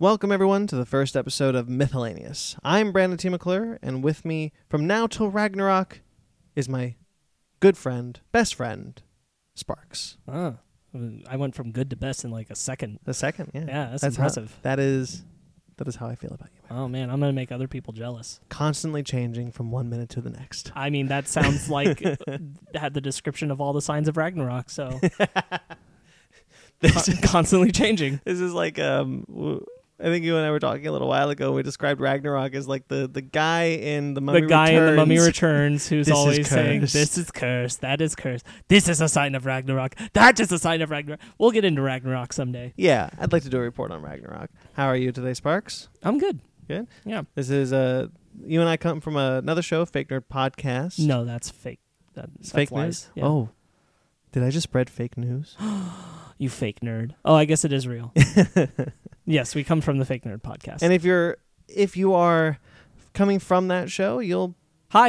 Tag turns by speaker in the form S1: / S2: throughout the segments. S1: Welcome, everyone, to the first episode of Miscellaneous. I'm Brandon T. McClure, and with me from now till Ragnarok is my good friend, best friend, Sparks.
S2: Oh, I went from good to best in like a second.
S1: The second, yeah.
S2: Yeah, that's,
S1: how-
S2: impressive.
S1: that is that is how I feel about you. man.
S2: Oh man, I'm gonna make other people jealous.
S1: Constantly changing from one minute to the next.
S2: I mean, that sounds like had the description of all the signs of Ragnarok. So
S1: This,
S2: con- constantly changing.
S1: this is like um w- I think you and I were talking a little while ago. We described Ragnarok as like the the guy in the mummy
S2: the guy in the Mummy
S1: Returns.
S2: Returns who's
S1: This is
S2: always saying,
S1: cursed.
S2: "This is cursed. That is cursed. This is a sign of Ragnarok. That is a sign of Ragnarok." We'll get into Ragnarok someday.
S1: Yeah, I'd like to do a report on Ragnarok. How are you today, Sparks?
S2: I'm good.
S1: Good.
S2: Yeah.
S1: This is uh, you and I come from another show, Fake Nerd Podcast.
S2: No, that's fake. That,
S1: it's
S2: that's
S1: fake
S2: lies.
S1: news.
S2: Yeah.
S1: Oh, did I just spread fake news?
S2: You fake nerd. Oh, I guess it is real. yes, we come from the Fake Nerd podcast.
S1: and if you're if you are coming from that show, you'll
S2: Hi,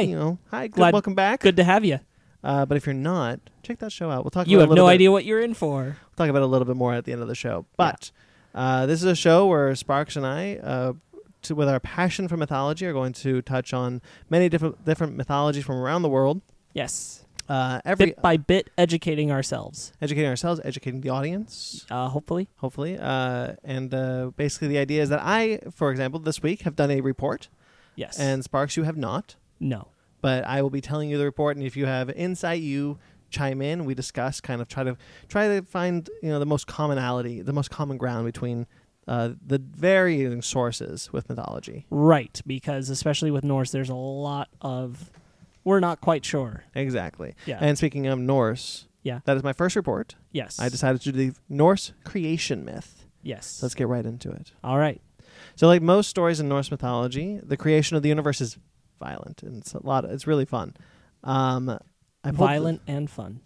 S1: you know hi, good,
S2: Glad-
S1: welcome back.
S2: good to have you.
S1: Uh, but if you're not, check that show out. We'll talk.
S2: You
S1: about it
S2: have
S1: a little
S2: no
S1: bit-
S2: idea what you're in for.
S1: We'll talk about it a little bit more at the end of the show. But uh, this is a show where Sparks and I. Uh, to, with our passion for mythology, are going to touch on many different different mythologies from around the world.
S2: Yes.
S1: Uh, every
S2: Bit by bit, educating ourselves,
S1: educating ourselves, educating the audience,
S2: uh, hopefully.
S1: hopefully. Uh, and uh, basically, the idea is that I, for example, this week have done a report,
S2: Yes.
S1: and Sparks, you have not.
S2: no.
S1: But I will be telling you the report, and if you have insight, you chime in. We discuss, kind of try to try to find you know the most commonality, the most common ground between uh, the varying sources with mythology.
S2: Right. Because especially with Norse, there's a lot of. We're not quite sure.
S1: Exactly.
S2: Yeah.
S1: And speaking of Norse,
S2: Yeah.
S1: that is my first report.
S2: yes.
S1: I decided to do the Norse creation myth.
S2: Yes.
S1: So let's get right into it.
S2: All right.
S1: So, like most stories in Norse mythology, the creation of the universe is violent, and it's a lot. It's really fun. Um, I pulled the-
S2: Violent and fun.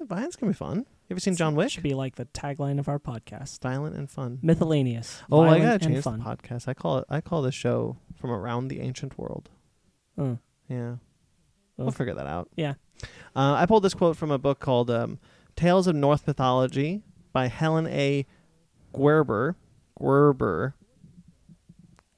S1: violence can be fun. You ever seen John Wick?
S2: Should be like the tagline of our podcast.
S1: Violent and fun.
S2: Miscellaneous.
S1: Oh, I
S2: violent
S1: gotta
S2: and
S1: change the
S2: fun.
S1: podcast. I call it. I call this show from around the ancient world.
S2: Oh.
S1: Yeah,
S2: Oh.
S1: we'll figure that out.
S2: Yeah.
S1: Uh, I pulled this quote from a book called um, "Tales of North Mythology" by Helen A. Gerber. Gerber.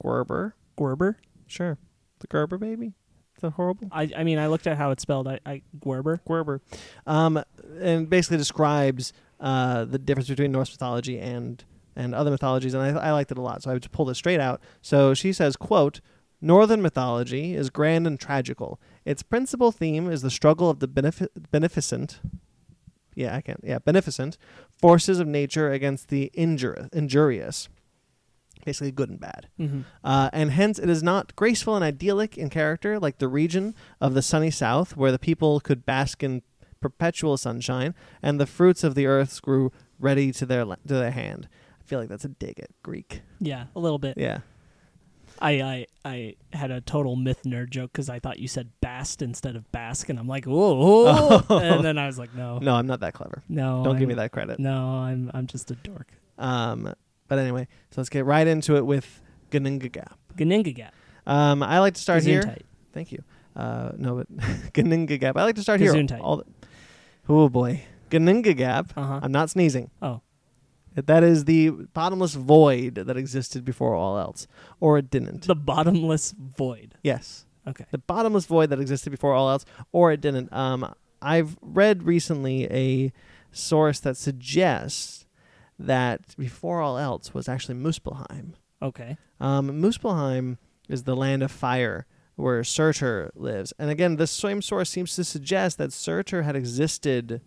S1: Gerber.
S2: Gerber.
S1: Sure, the Gerber baby. Is that horrible?
S2: I, I mean, I looked at how it's spelled. I, I Gerber.
S1: Gerber, um, and basically describes uh, the difference between Norse mythology and and other mythologies, and I, I liked it a lot, so I just pulled it straight out. So she says, "quote Northern mythology is grand and tragical. Its principal theme is the struggle of the benefi- beneficent, yeah, I can't, yeah, beneficent forces of nature against the injuri- injurious, basically good and bad."
S2: Mm-hmm.
S1: uh, and hence it is not graceful and idyllic in character like the region of the sunny south where the people could bask in perpetual sunshine and the fruits of the earth grew ready to their la- to their hand i feel like that's a dig at greek
S2: Yeah, a little bit.
S1: yeah
S2: I, I I had a total myth nerd joke because I thought you said bast instead of bask, and I'm like, whoa,
S1: Oh.
S2: and then I was like, no,
S1: no i'm not that clever
S2: no,
S1: don't give me
S2: I'm-
S1: that credit
S2: No, I'm I'm just a dork.
S1: um, but anyway so let's get right into it with Gningagap.
S2: Ganingagat.
S1: um i like to start here
S2: Gesundheit.
S1: thank you uh, no but Gningagap. i like to start here
S2: Gesundheit.
S1: all the- oh boy Gningagap.
S2: Uh-huh.
S1: i'm not sneezing
S2: Oh,
S1: That is the bottomless void that existed before all else, or it didn't.
S2: the bottomless void.
S1: yes,
S2: Okay.
S1: the bottomless void that existed before all else, or it didn't. Um, I've read recently a source that suggests that before all else was actually Muspelheim.
S2: Okay.
S1: Um, Muspelheim is the land of fire where Surtur lives, and again, this same source seems to suggest that Surtur had existed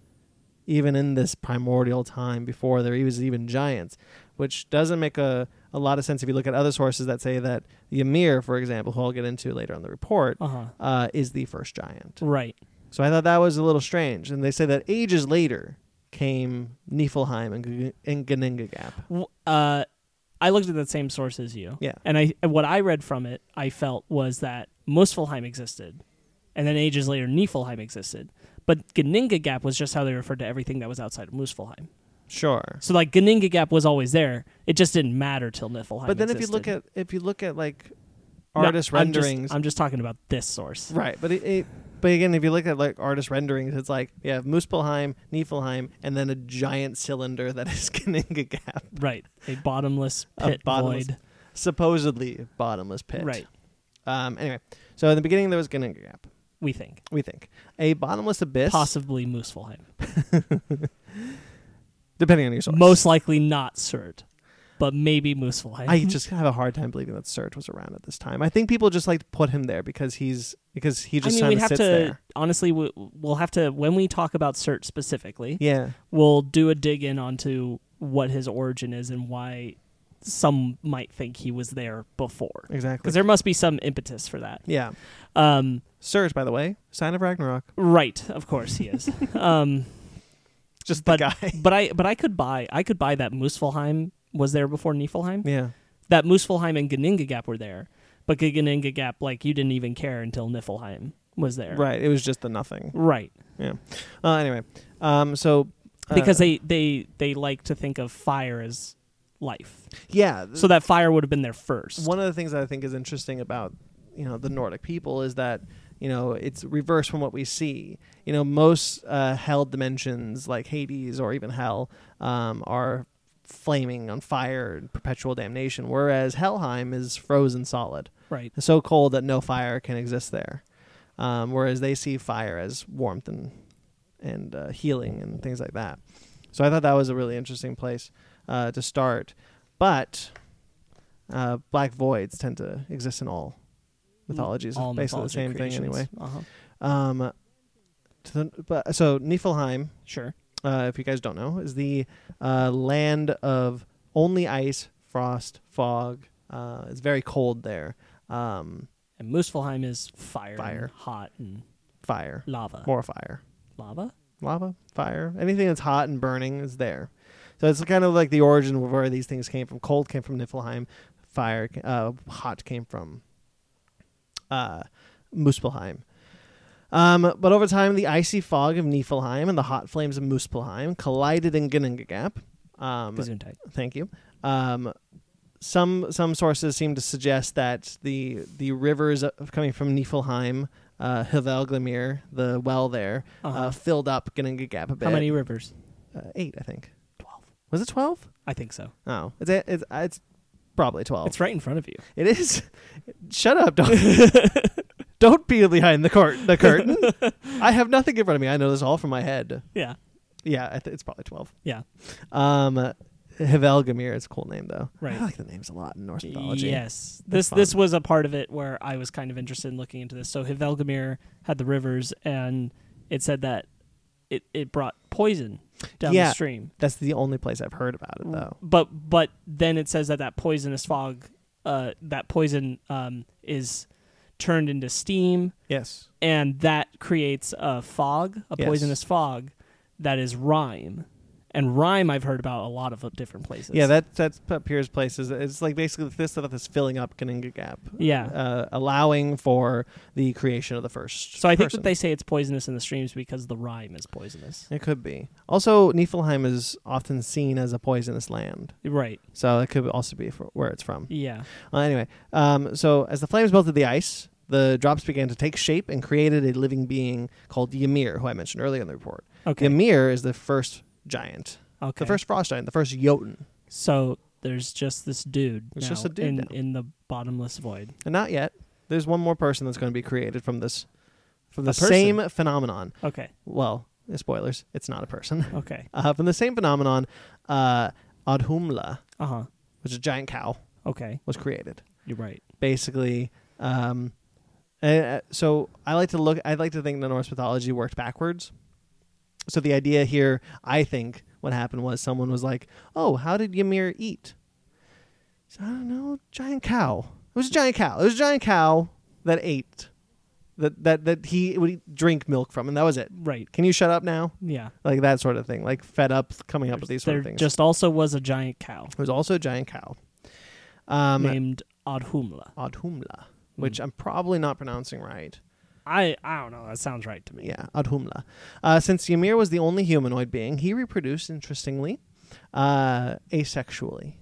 S1: even in this primordial time before there was even giants, which doesn't make a, a lot of sense if you look at other sources that say that Ymir, for example, who I'll get into later on the report,
S2: Uh huh.
S1: uh, is the first giant.
S2: Right.
S1: So I thought that was a little strange, and they say that ages later came Niflheim and, G- and Geningagap.
S2: W- Uh, I looked at the same source as you.
S1: Yeah.
S2: And I and what I read from it, I felt was that Muspelheim existed, and then ages later Niflheim existed. But Ganingagap was just how they referred to everything that was outside of Muspelheim.
S1: Sure.
S2: So like Ganinga Gap was always there. It just didn't matter till Niflheim.
S1: But then if you look
S2: existed.
S1: at if you look at like
S2: No,
S1: artist
S2: I'm just-
S1: renderings,
S2: I'm just, talking about this source.
S1: right? But it, it But again, if you look at like artist renderings, it's like you have Muspelheim, Niflheim, and then a giant cylinder that is Kaninga Gap,
S2: Right. A bottomless
S1: A
S2: pit
S1: bottomless
S2: void.
S1: supposedly bottomless pit.
S2: Right.
S1: Um, anyway, so in the beginning there was Kaninga Gap.
S2: We think.
S1: We think a bottomless abyss,
S2: Possibly Moosefelheim.
S1: depending on your source.
S2: Most likely not Surt, but maybe Moosefelheim.
S1: I just have a hard time believing that Surt was around at this time. I think people just like to put him there because he's because he just
S2: I mean,
S1: kind
S2: we'd
S1: of
S2: have
S1: sits
S2: to
S1: there.
S2: honestly. We, we'll have to when we talk about Surt specifically,
S1: Yeah,
S2: we'll do a dig in onto what his origin is and why some might think he was there before,
S1: exactly.
S2: because there must be some impetus for that.
S1: Yeah,
S2: Um,
S1: Surt, by the way, sign of Ragnarok.
S2: right, of course he is. um,
S1: Just
S2: But-
S1: the guy.
S2: but I but I could buy I could buy that Moosefelheim was there before Niflheim.
S1: yeah,
S2: That Moosefelheim and Ganinga Gap were there, but Ganinga Gap like you didn't even care until Niflheim was there.
S1: right. It was just the nothing.
S2: Right.
S1: Uh, anyway, um, so uh,
S2: because they they they like to think of fire as life
S1: yeah,
S2: so that fire would have been there first
S1: one of the things that I think is interesting about you know the Nordic people is that you know it's reversed from what we see. You know, most uh, hell dimensions like Hades or even hell um, are flaming on fire and perpetual damnation, whereas Helheim is frozen solid,
S2: right
S1: so cold that no fire can exist there. Um, whereas they see fire as warmth and and uh, healing and things like that. So I thought that was a really interesting place uh, to start. But uh, black voids tend to exist in all mythologies.
S2: Mm, all
S1: basically
S2: mythology
S1: the same thing
S2: creations.
S1: anyway.
S2: uh-huh.
S1: Um, to the, but, so Niflheim,
S2: sure
S1: uh, if you guys don't know, is the uh, land of only ice, frost, fog. Uh, it's very cold there. Um,
S2: and Muspelheim is fire,
S1: Fire.
S2: and hot and
S1: fire,
S2: lava
S1: more fire.
S2: lava
S1: lava, fire, anything that's hot and burning is there. So it's kind of like the origin of where these things came from. Cold came from Niflheim, fire, ca- uh, hot came from uh, Muspelheim. Um, but over time, the icy fog of Niflheim and the hot flames of Muspelheim collided in Gunninga Gap. Um,
S2: Gesundheit.
S1: thank you. Um, some some sources seem to suggest that the the rivers of- coming from Niflheim, uh, Hvalgrimir, the well there, uh
S2: Uh-huh.
S1: filled up Gunninga Gap a bit.
S2: how many rivers
S1: Uh, eight, I think.
S2: 12
S1: Was it twelve?
S2: i think so
S1: Oh, it's a- it's it's probably twelve.
S2: it's right in front of you
S1: It is. Shut up! Don't don't be behind the curtain. The curtain. I have nothing in front of me. I know this all from my head.
S2: yeah
S1: Yeah, I th- it's probably twelve.
S2: yeah
S1: Um, Hvalgrimir is a cool name though.
S2: Right.
S1: I like the names a lot in Norse mythology.
S2: yes this
S1: fun.
S2: this was a part of it where i was kind of interested in looking into this so hivelgamir had the rivers and it said that it, it brought poison down
S1: Yeah.
S2: the stream
S1: That's the only place I've heard about
S2: Mm.
S1: it though.
S2: but but then it says that that poisonous fog uh that poison um is turned into steam
S1: Yes.
S2: and that creates a fog a
S1: Yes.
S2: poisonous fog that is rime and rime i've heard about a lot of different places
S1: Yeah, that that appears places. It's like basically this stuff is filling up Kaninga Gap,
S2: yeah
S1: uh, allowing for the creation of the first.
S2: so i think
S1: person.
S2: that they say it's poisonous in the streams because the rime is poisonous
S1: It could be. Also, Niflheim is often seen as a poisonous land,
S2: right
S1: so it could also be for where it's from.
S2: yeah
S1: Uh, anyway, um, so as the flames melted the ice, the drops began to take shape and created a living being called Ymir, who I mentioned earlier in the report.
S2: okay
S1: Ymir is the first giant,
S2: okay
S1: the first frost giant, the first Jotun,
S2: so there's just this dude
S1: There's just
S2: now
S1: a dude
S2: in,
S1: now.
S2: in the bottomless void
S1: and not yet. There's one more person that's going to be created from this, from the
S2: person?
S1: same phenomenon.
S2: okay
S1: Well, eh, spoilers, it's not a person.
S2: okay
S1: Uh, from the same phenomenon, uh, Adhumla,
S2: uh-huh
S1: which is a giant cow,
S2: okay
S1: was created.
S2: you're right
S1: Basically, um, and, uh, so I like to look. I like to think the Norse mythology worked backwards. So the idea here, I think, what happened was someone was like, "Oh, how did Ymir eat?" So I don't know. Giant cow. It was a giant cow. It was a giant cow that ate. That that that he would drink milk from, and that was it.
S2: right
S1: Can you shut up now?
S2: yeah
S1: Like that sort of thing. Like fed up, coming up with these sort
S2: there
S1: of things.
S2: just also was a giant cow
S1: It was also a giant cow. Um,
S2: named Adhumla.
S1: Adhumla, which I'm probably not pronouncing right.
S2: I I don't know. That sounds right to me.
S1: Yeah, Adhumla. Uh, since Ymir was the only humanoid being, he reproduced, interestingly, uh, asexually.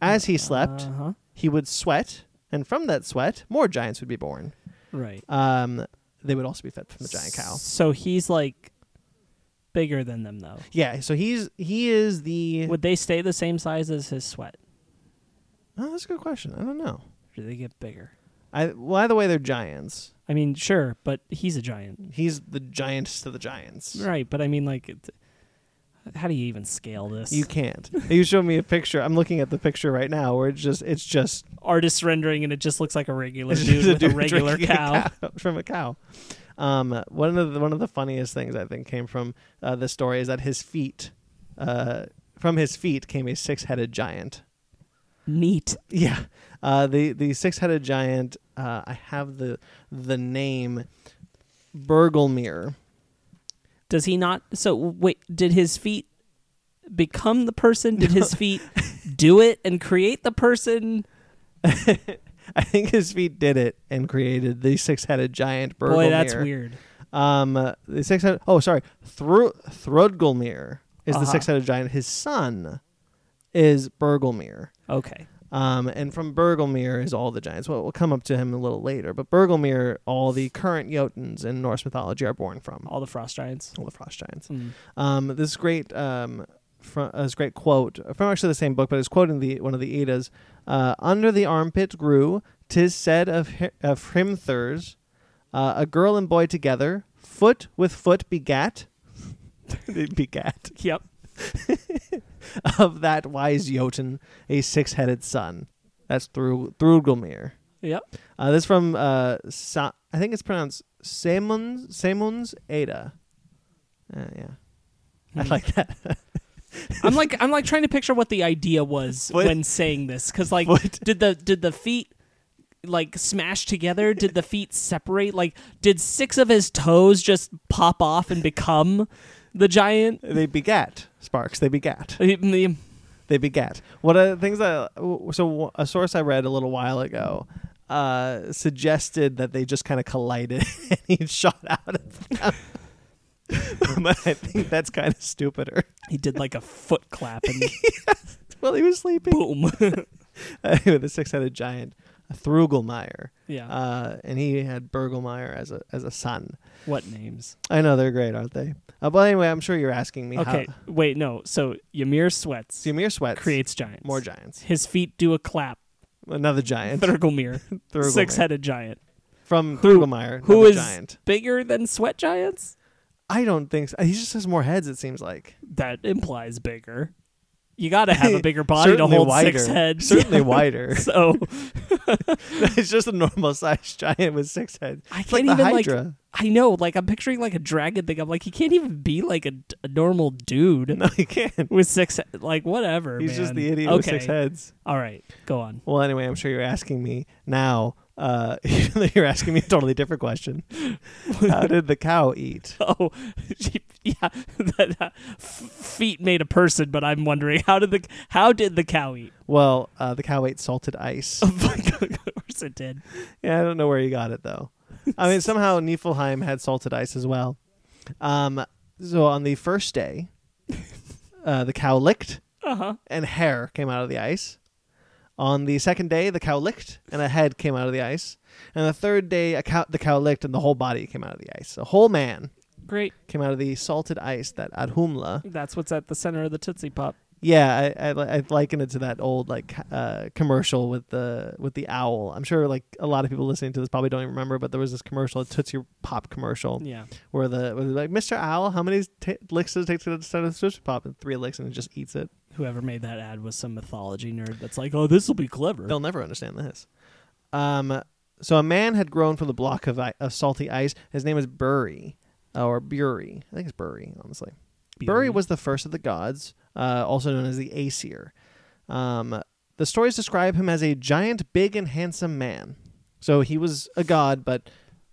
S1: As he slept,
S2: Uh-huh.
S1: he would sweat, and from that sweat, more giants would be born.
S2: Right.
S1: Um, they would also be fed from the giant cow.
S2: So he's like bigger than them though.
S1: Yeah, so he's he is the.
S2: Would they stay the same size as his sweat?
S1: Oh, that's a good question. I don't know.
S2: Or do they get bigger?
S1: I well, either way, they're giants.
S2: I mean, sure, but he's a giant.
S1: He's the giantest of the giants.
S2: Right, but I mean like it- how do you even scale this?
S1: You can't. you showed me a picture. I'm looking at the picture right now, where it's just it's just
S2: artist rendering and it just looks like a regular
S1: It's
S2: dude
S1: just a
S2: with a,
S1: dude
S2: regular
S1: drinking a
S2: cow.
S1: cow- from a cow. Um, one of the one of the funniest things I think came from uh, this story is that his feet, uh, from his feet came a six-headed giant.
S2: Neat.
S1: Yeah, uh, the the six-headed giant. Uh, I have the the name Burglemere.
S2: Does he not so wait, did his feet become the person? Did his feet do it and create the person?
S1: I think his feet did it and created the six-headed giant Burglemere.
S2: Boy, that's weird.
S1: Um, uh, the six-headed. Oh, sorry, Thro- Throdgulmir is
S2: Uh-huh.
S1: the six-headed giant. His son is Burglemere.
S2: Okay.
S1: Um, and from Burglemere is all the giants. Well, we'll come up to him a little later. But Burglemere, all the current Jotuns in Norse mythology are born from.
S2: All the frost giants.
S1: All the frost giants.
S2: Mm.
S1: Um, this great um, from, uh, this great quote from actually the same book, but it's quoting the one of the Eddas. Uh, Under the armpit grew, tis said of hi- of Hrimthurs, uh, a girl and boy together, foot with foot begat. They begat
S2: Yep.
S1: of that wise Jotun a six-headed son. That's through Thrugelmir.
S2: Yep.
S1: Uh, this is from uh, Sa- I think it's pronounced Samun's Samun's Ada. Uh, yeah, I
S2: Hmm.
S1: like that.
S2: I'm like I'm like trying to picture what the idea was
S1: What-
S2: when saying this cuz like
S1: What?
S2: did the did the feet like smash together? Did the feet separate? Like did six of his toes just pop off and become the giant?
S1: they begat Sparks. They begat.
S2: Mm,
S1: They begat. One of the things that so a source I read a little while ago uh, suggested that they just kind of collided and he shot out of them. but I think that's kind of stupider.
S2: He did like a foot clap and
S1: Well, he was sleeping
S2: boom.
S1: with a six-headed giant, Thrugelmeyer,
S2: yeah.
S1: uh, and he had Burgelmeyer as a as a son.
S2: what names?
S1: I know they're great, aren't they? Uh, but anyway, I'm sure you're asking me
S2: Okay.
S1: how
S2: Wait, no. So Ymir sweats,
S1: Sumir sweats
S2: creates giants.
S1: more giants.
S2: His feet do a clap.
S1: Another giant,
S2: Thurgelmir,
S1: Thurgelmeyer.
S2: six-headed giant,
S1: from
S2: Who-
S1: Thurgelmeyer,
S2: who
S1: another
S2: is-
S1: giant.
S2: bigger than sweat giants.
S1: I don't think so. he just has more heads. It seems like
S2: That implies bigger. You got to have a bigger body to
S1: Certainly
S2: hold
S1: wider.
S2: six heads.
S1: certainly wider.
S2: so
S1: it's just a normal sized giant with six heads.
S2: I
S1: It's like
S2: can't
S1: the
S2: even like.
S1: Hydra.
S2: I know, like I'm picturing like a dragon thing. I'm like, he can't even be like a, a normal dude
S1: no, you can't.
S2: with six. he- Like whatever.
S1: He's just
S2: man.
S1: the idiot
S2: okay.
S1: with six heads.
S2: All right, go on.
S1: Well, anyway, I'm sure you're asking me now. Uh, even though you're asking me a totally different question. How did the cow eat?
S2: Oh, yeah. That, uh, f- feet made a person, but I'm wondering how did the how did the cow eat?
S1: Well, uh, the cow ate salted ice.
S2: of course it did.
S1: Yeah, I don't know where he got it though. I mean, somehow Niflheim had salted ice as well. Um, so on the first day, uh, the cow licked
S2: Uh huh.
S1: and hair came out of the ice. On the second day, the cow licked and a head came out of the ice. And the third day, a cow, the cow licked and the whole body came out of the ice. A whole man
S2: Great.
S1: came out of the salted ice that Adhumla.
S2: That's what's at the center of the Tootsie Pop.
S1: Yeah, I, I, li- I liken it to that old like uh, commercial with the with the owl. I'm sure like a lot of people listening to this probably don't even remember, but there was this commercial, a Tootsie Pop commercial,
S2: Yeah.
S1: where the where they're like Mr. Owl, how many t- licks does it take to start a Tootsie Pop? And three licks, and it just eats it.
S2: Whoever made that ad was some mythology nerd that's like, oh, this will be clever.
S1: They'll never understand this. Um, so a man had grown from the block of, I- of salty ice. His name is Bury, or Bury. I think it's Bury, honestly. Buri was the first of the gods, uh, also known as the Aesir. Um, the stories describe him as a giant, big, and handsome man. So he was a god, but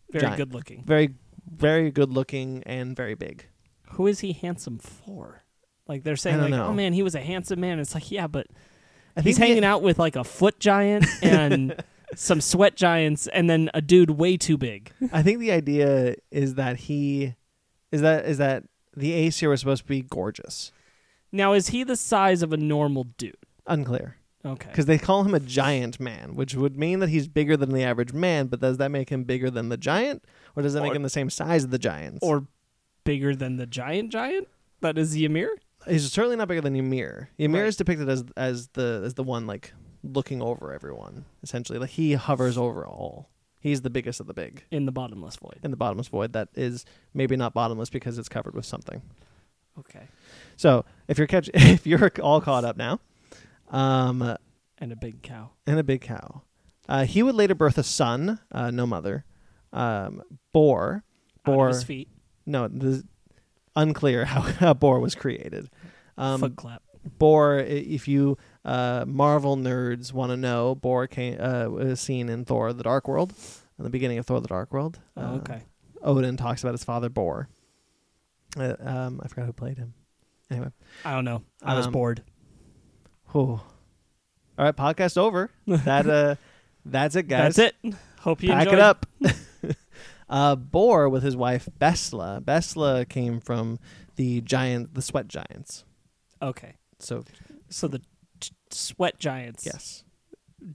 S2: very
S1: giant.
S2: good looking.
S1: very, very good looking and very big.
S2: Who is he handsome for? Like they're saying,
S1: don't
S2: like,
S1: know.
S2: oh man, he was a handsome man. It's like, yeah, but
S1: I
S2: he's
S1: think
S2: hanging out with like a foot giant and some sweat giants, and then a dude way too big.
S1: the, I think the idea is that he is that is that the Aesir was supposed to be gorgeous.
S2: Now, is he the size of a normal dude?
S1: Unclear.
S2: Okay.
S1: because they call him a giant man, which would mean that he's bigger than the average man. But does that make him bigger than the giant, or does that make
S2: Or-
S1: him the same size as the giants?
S2: or bigger than the giant giant that is Ymir.
S1: he's certainly not bigger than Ymir. Ymir
S2: Right.
S1: is depicted as as the as the one like looking over everyone essentially. Like he hovers over all. He's the biggest of the big
S2: in the bottomless void.
S1: in the bottomless void that is maybe not bottomless because it's covered with something.
S2: Okay.
S1: So if you're catch if you're all caught up now, um,
S2: And a big cow.
S1: and a big cow. Uh, he would later birth a son, uh, no mother, um, Boar.
S2: Out
S1: Boar.
S2: of his feet.
S1: No, this is unclear how, how Boar was created. Um,
S2: foot clap.
S1: Boar, i- if you uh, Marvel nerds want to know, Boar came, uh, was seen in Thor: The Dark World, in the beginning of Thor: The Dark World.
S2: Oh,
S1: Uh,
S2: okay.
S1: Odin talks about his father Boar. Uh, um, I forgot who played him. Anyway,
S2: I don't know. I was
S1: um,
S2: bored.
S1: whew. all right, podcast over. That uh, that's it, guys.
S2: That's it. Hope you
S1: Pack
S2: enjoyed.
S1: it up. uh, Boar with his wife Besla. Besla came from the giant, the sweat giants.
S2: Okay.
S1: So
S2: So the t- sweat giants
S1: yes,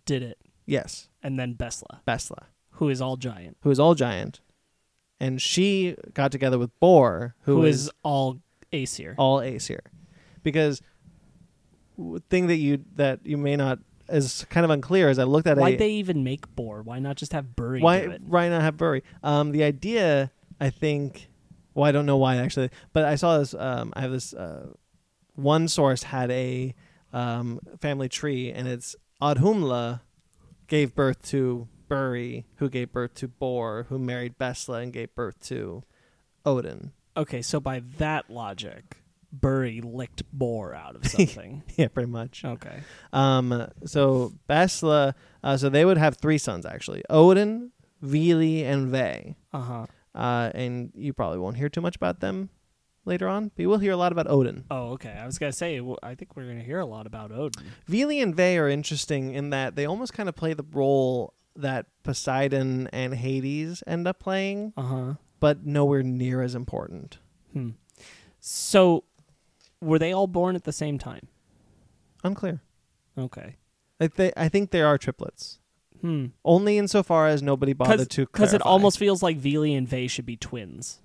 S2: did it,
S1: yes,
S2: and then Besla,
S1: Besla,
S2: who is all giant,
S1: who is all giant, and she got together with Boar,
S2: who is, all Aesir.
S1: all Aesir, because w- thing that you that you may not is kind of unclear is I looked at
S2: Why'd
S1: a,
S2: they even make Boar? Why not just have Buri
S1: why
S2: do it?
S1: why not have Burry? Um, the idea, I think, well, I don't know why actually, but I saw this. Um, I have this uh, one source had a um, family tree, and it's Adhumla gave birth to Burry, who gave birth to Bor, who married Besla and gave birth to Odin.
S2: Okay, so by that logic, Buri licked Boar out of something.
S1: Yeah, pretty much.
S2: okay.
S1: Um, so Besla, uh, so they would have three sons actually: Odin, Vili, and Ve.
S2: Uh huh.
S1: uh, and you probably won't hear too much about them later on, but you will hear a lot about Odin.
S2: Oh, okay. I was gonna say. Well, I think we're gonna hear a lot about Odin.
S1: Vili and Ve are interesting in that they almost kind of play the role that Poseidon and Hades end up playing,
S2: Uh huh.
S1: but nowhere near as important.
S2: Hmm. So, were they all born at the same time?
S1: Unclear.
S2: Okay.
S1: Like they, I think they are triplets,
S2: Hmm.
S1: only insofar as nobody bothered to
S2: Because it
S1: clarify.
S2: almost feels like Vili and Vey should be twins,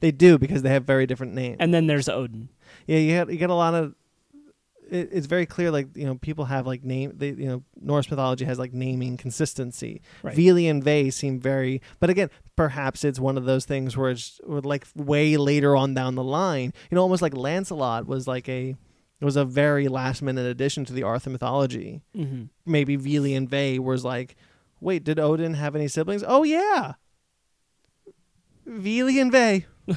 S1: they do because they have very different names.
S2: and then there's Odin.
S1: yeah, you get, you get a lot of. It, it's very clear, like you know, people have like name. They, you know, Norse mythology has like naming consistency.
S2: Right.
S1: Vili and Ve seem very, but again, perhaps it's one of those things where it's where like way later on down the line, you know, almost like Lancelot was like a was a very last minute addition to the Arthur mythology.
S2: hmm
S1: Maybe Vili and Ve was like, wait, did Odin have any siblings? Oh yeah, Vili and Ve,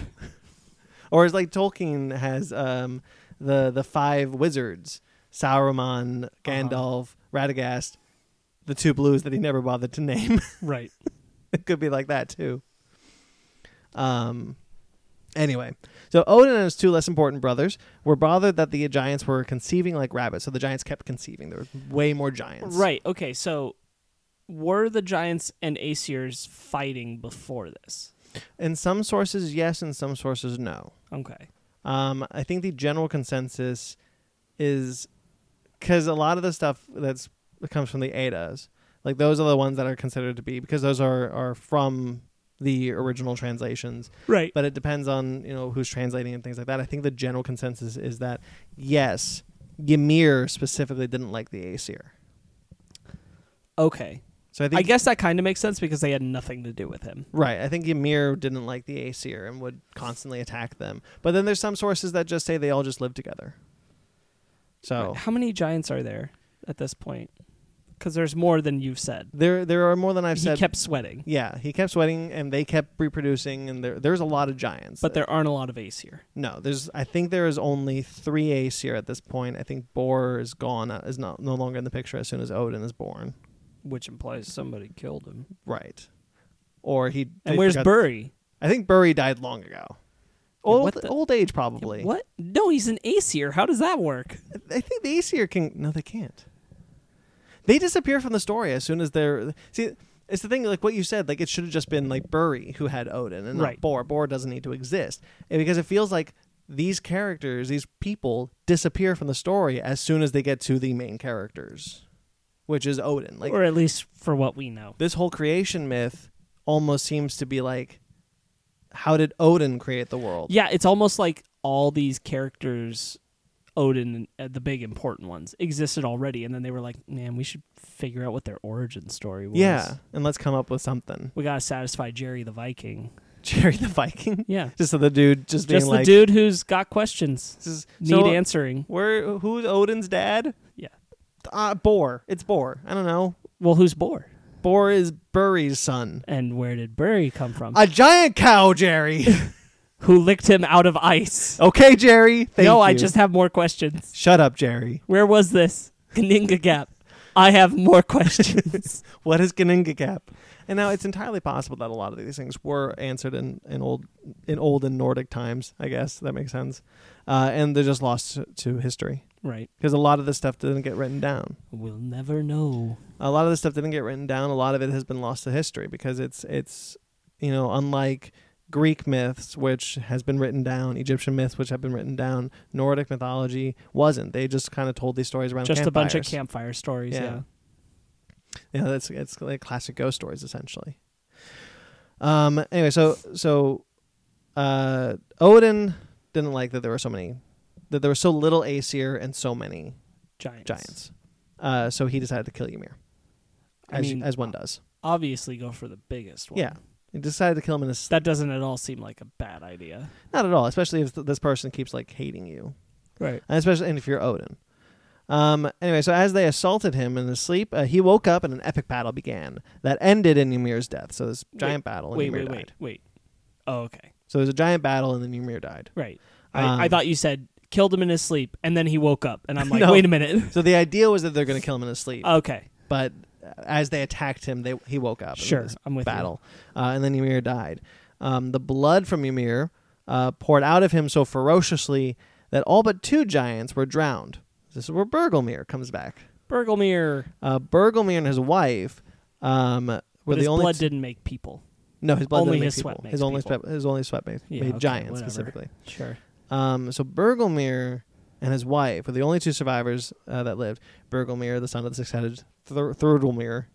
S1: or it's like Tolkien has um, the the five wizards: Sauron, Gandalf, Radagast, the two blues that he never bothered to name
S2: Right.
S1: it could be like that too. Um. Anyway, so Odin and his two less important brothers were bothered that the giants were conceiving like rabbits, so the giants kept conceiving. There were way more giants.
S2: Right. Okay. So, were the giants and Aesirs fighting before this?
S1: In some sources, yes, in some sources, no.
S2: Okay.
S1: Um, I think the general consensus is because a lot of the stuff that's that comes from the Eddas, like those are the ones that are considered to be because those are are from the original translations.
S2: Right.
S1: but it depends on you know who's translating and things like that. I think the general consensus is that yes, Ymir specifically didn't like the Aesir.
S2: okay.
S1: So I think
S2: I guess that kind of makes sense because they had nothing to do with him.
S1: right. I think Ymir didn't like the Aesir and would constantly attack them. But then there's some sources that just say they all just lived together. So
S2: Right. How many giants are there at this point? Because there's more than you've said.
S1: there there are more than I've
S2: he
S1: said.
S2: kept sweating,
S1: yeah, he kept sweating and they kept reproducing and there there's a lot of giants.
S2: but there aren't a lot of Aesir.
S1: no, there's I think there is only three Aesir at this point. I think Bor is gone uh, is not no longer in the picture as soon as Odin is born.
S2: which implies somebody killed him.
S1: Right. Or he.
S2: And
S1: they
S2: where's
S1: forgot-
S2: Burry?
S1: I think Burry died long ago. Old,
S2: what the-
S1: old age, probably.
S2: What? No, he's an Aesir. How does that work?
S1: I think the Aesir can. No, they can't. They disappear from the story as soon as they're. See, it's the thing, like what you said, like it should have just been like Burry who had Odin and
S2: Right.
S1: not Bor. Bor doesn't need to exist. And because it feels like these characters, these people, disappear from the story as soon as they get to the main characters, which is Odin. Like
S2: or at least for what we know.
S1: this whole creation myth almost seems to be like, how did Odin create the world?
S2: Yeah, it's almost like all these characters, Odin, uh, the big important ones, existed already, and then they were like, "Man, we should figure out what their origin story was."
S1: Yeah, and let's come up with something.
S2: we gotta satisfy Jerry the Viking.
S1: Jerry the Viking,
S2: Yeah,
S1: just so the dude just being
S2: just the
S1: like,
S2: dude who's got questions
S1: This is,
S2: need
S1: so,
S2: answering.
S1: Where who's Odin's dad?
S2: Yeah.
S1: Uh, Bor. It's Bor. I don't know.
S2: Well, who's Boar,
S1: Bor is Buri's son.
S2: and where did Burry come from?
S1: A giant cow, Jerry.
S2: Who licked him out of ice?
S1: okay, Jerry. Thank
S2: no,
S1: you.
S2: I just have more questions.
S1: Shut up, Jerry.
S2: Where was this Kaninga Gap? I have more questions.
S1: What is Ganinga Gap? And now it's entirely possible that a lot of these things were answered in, in old in old and Nordic times, I guess. That makes sense. Uh, and they're just lost to, to history
S2: right,
S1: because a lot of this stuff didn't get written down.
S2: we'll never know.
S1: a lot of this stuff didn't get written down. A lot of it has been lost to history because it's it's you know unlike Greek myths, which has been written down, Egyptian myths, which have been written down, Nordic mythology wasn't. They just kind of told these stories around
S2: Just a bunch of
S1: campfires.
S2: campfire stories.
S1: Yeah.
S2: yeah.
S1: Yeah, that's it's like classic ghost stories essentially. Um. Anyway, so so, uh, Odin didn't like that there were so many, that there was so little Aesir and so many
S2: Giants.
S1: giants. Uh, so he decided to kill Ymir,
S2: I
S1: as
S2: mean, uh,
S1: as one does.
S2: Obviously, go for the biggest one.
S1: Yeah, he decided to kill him in his
S2: That doesn't at all seem like a bad idea.
S1: Not at all, especially if th- this person keeps like hating you,
S2: Right.
S1: and especially and if you're Odin. Um, anyway, so as they assaulted him in his sleep, uh, he woke up and an epic battle began that ended in Ymir's death. So this giant battle, and
S2: Wait,
S1: Ymir
S2: wait,
S1: died.
S2: wait, wait. Oh, okay.
S1: So there's a giant battle, and then Ymir died.
S2: Right.
S1: Um,
S2: I, I thought you said killed him in his sleep, and then he woke up, and I'm like,
S1: No.
S2: wait a minute.
S1: So the idea was that they're going to kill him in his sleep,
S2: okay,
S1: but uh, as they attacked him, they he woke up. and
S2: sure.
S1: this
S2: I'm with
S1: battle, uh, and then Ymir died. Um, the blood from Ymir uh, poured out of him so ferociously that all but two giants were drowned. This is where Bergelmir comes back.
S2: you. Burglemere,
S1: uh, Bergelmir and his wife um, were
S2: but
S1: the
S2: his
S1: only
S2: blood
S1: t-
S2: didn't make people.
S1: no his blood
S2: only
S1: didn't make
S2: his
S1: people.
S2: sweat makes
S1: his only
S2: people.
S1: sweat his only sweat made,
S2: Yeah,
S1: made
S2: okay,
S1: giants
S2: whatever.
S1: specifically.
S2: Sure.
S1: Um, so Bergelmir and his wife were the only two survivors uh, that lived. Bergelmir, the son of the six-headed Thr- Thrudulmir.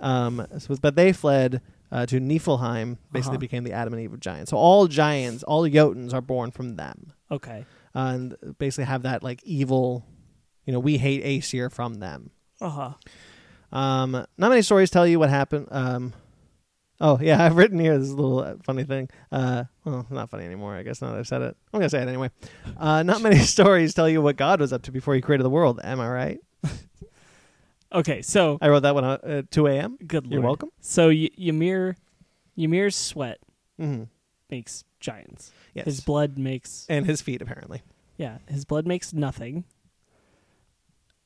S1: Um, so- but they fled uh, to Niflheim, basically
S2: Uh-huh.
S1: became the Adam and Eve of giants. So all giants, all Jotuns are born from them,
S2: Okay.
S1: uh, and basically have that like evil, you know, we hate Aesir from them.
S2: Uh huh.
S1: Um, not many stories tell you what happened. Um, oh yeah, I've written here this little uh, funny thing. Uh, well, not funny anymore, I guess. Now that I've said it, I'm gonna say it anyway. Uh, not many stories tell you what God was up to before He created the world. Am I right?
S2: Okay. So
S1: I wrote that one out at 2 a.m.
S2: good. Lord.
S1: You're welcome.
S2: So y- Ymir, Ymir's sweat
S1: Mm-hmm.
S2: makes giants.
S1: Yes,
S2: His blood makes
S1: and his feet apparently.
S2: Yeah, his blood makes nothing.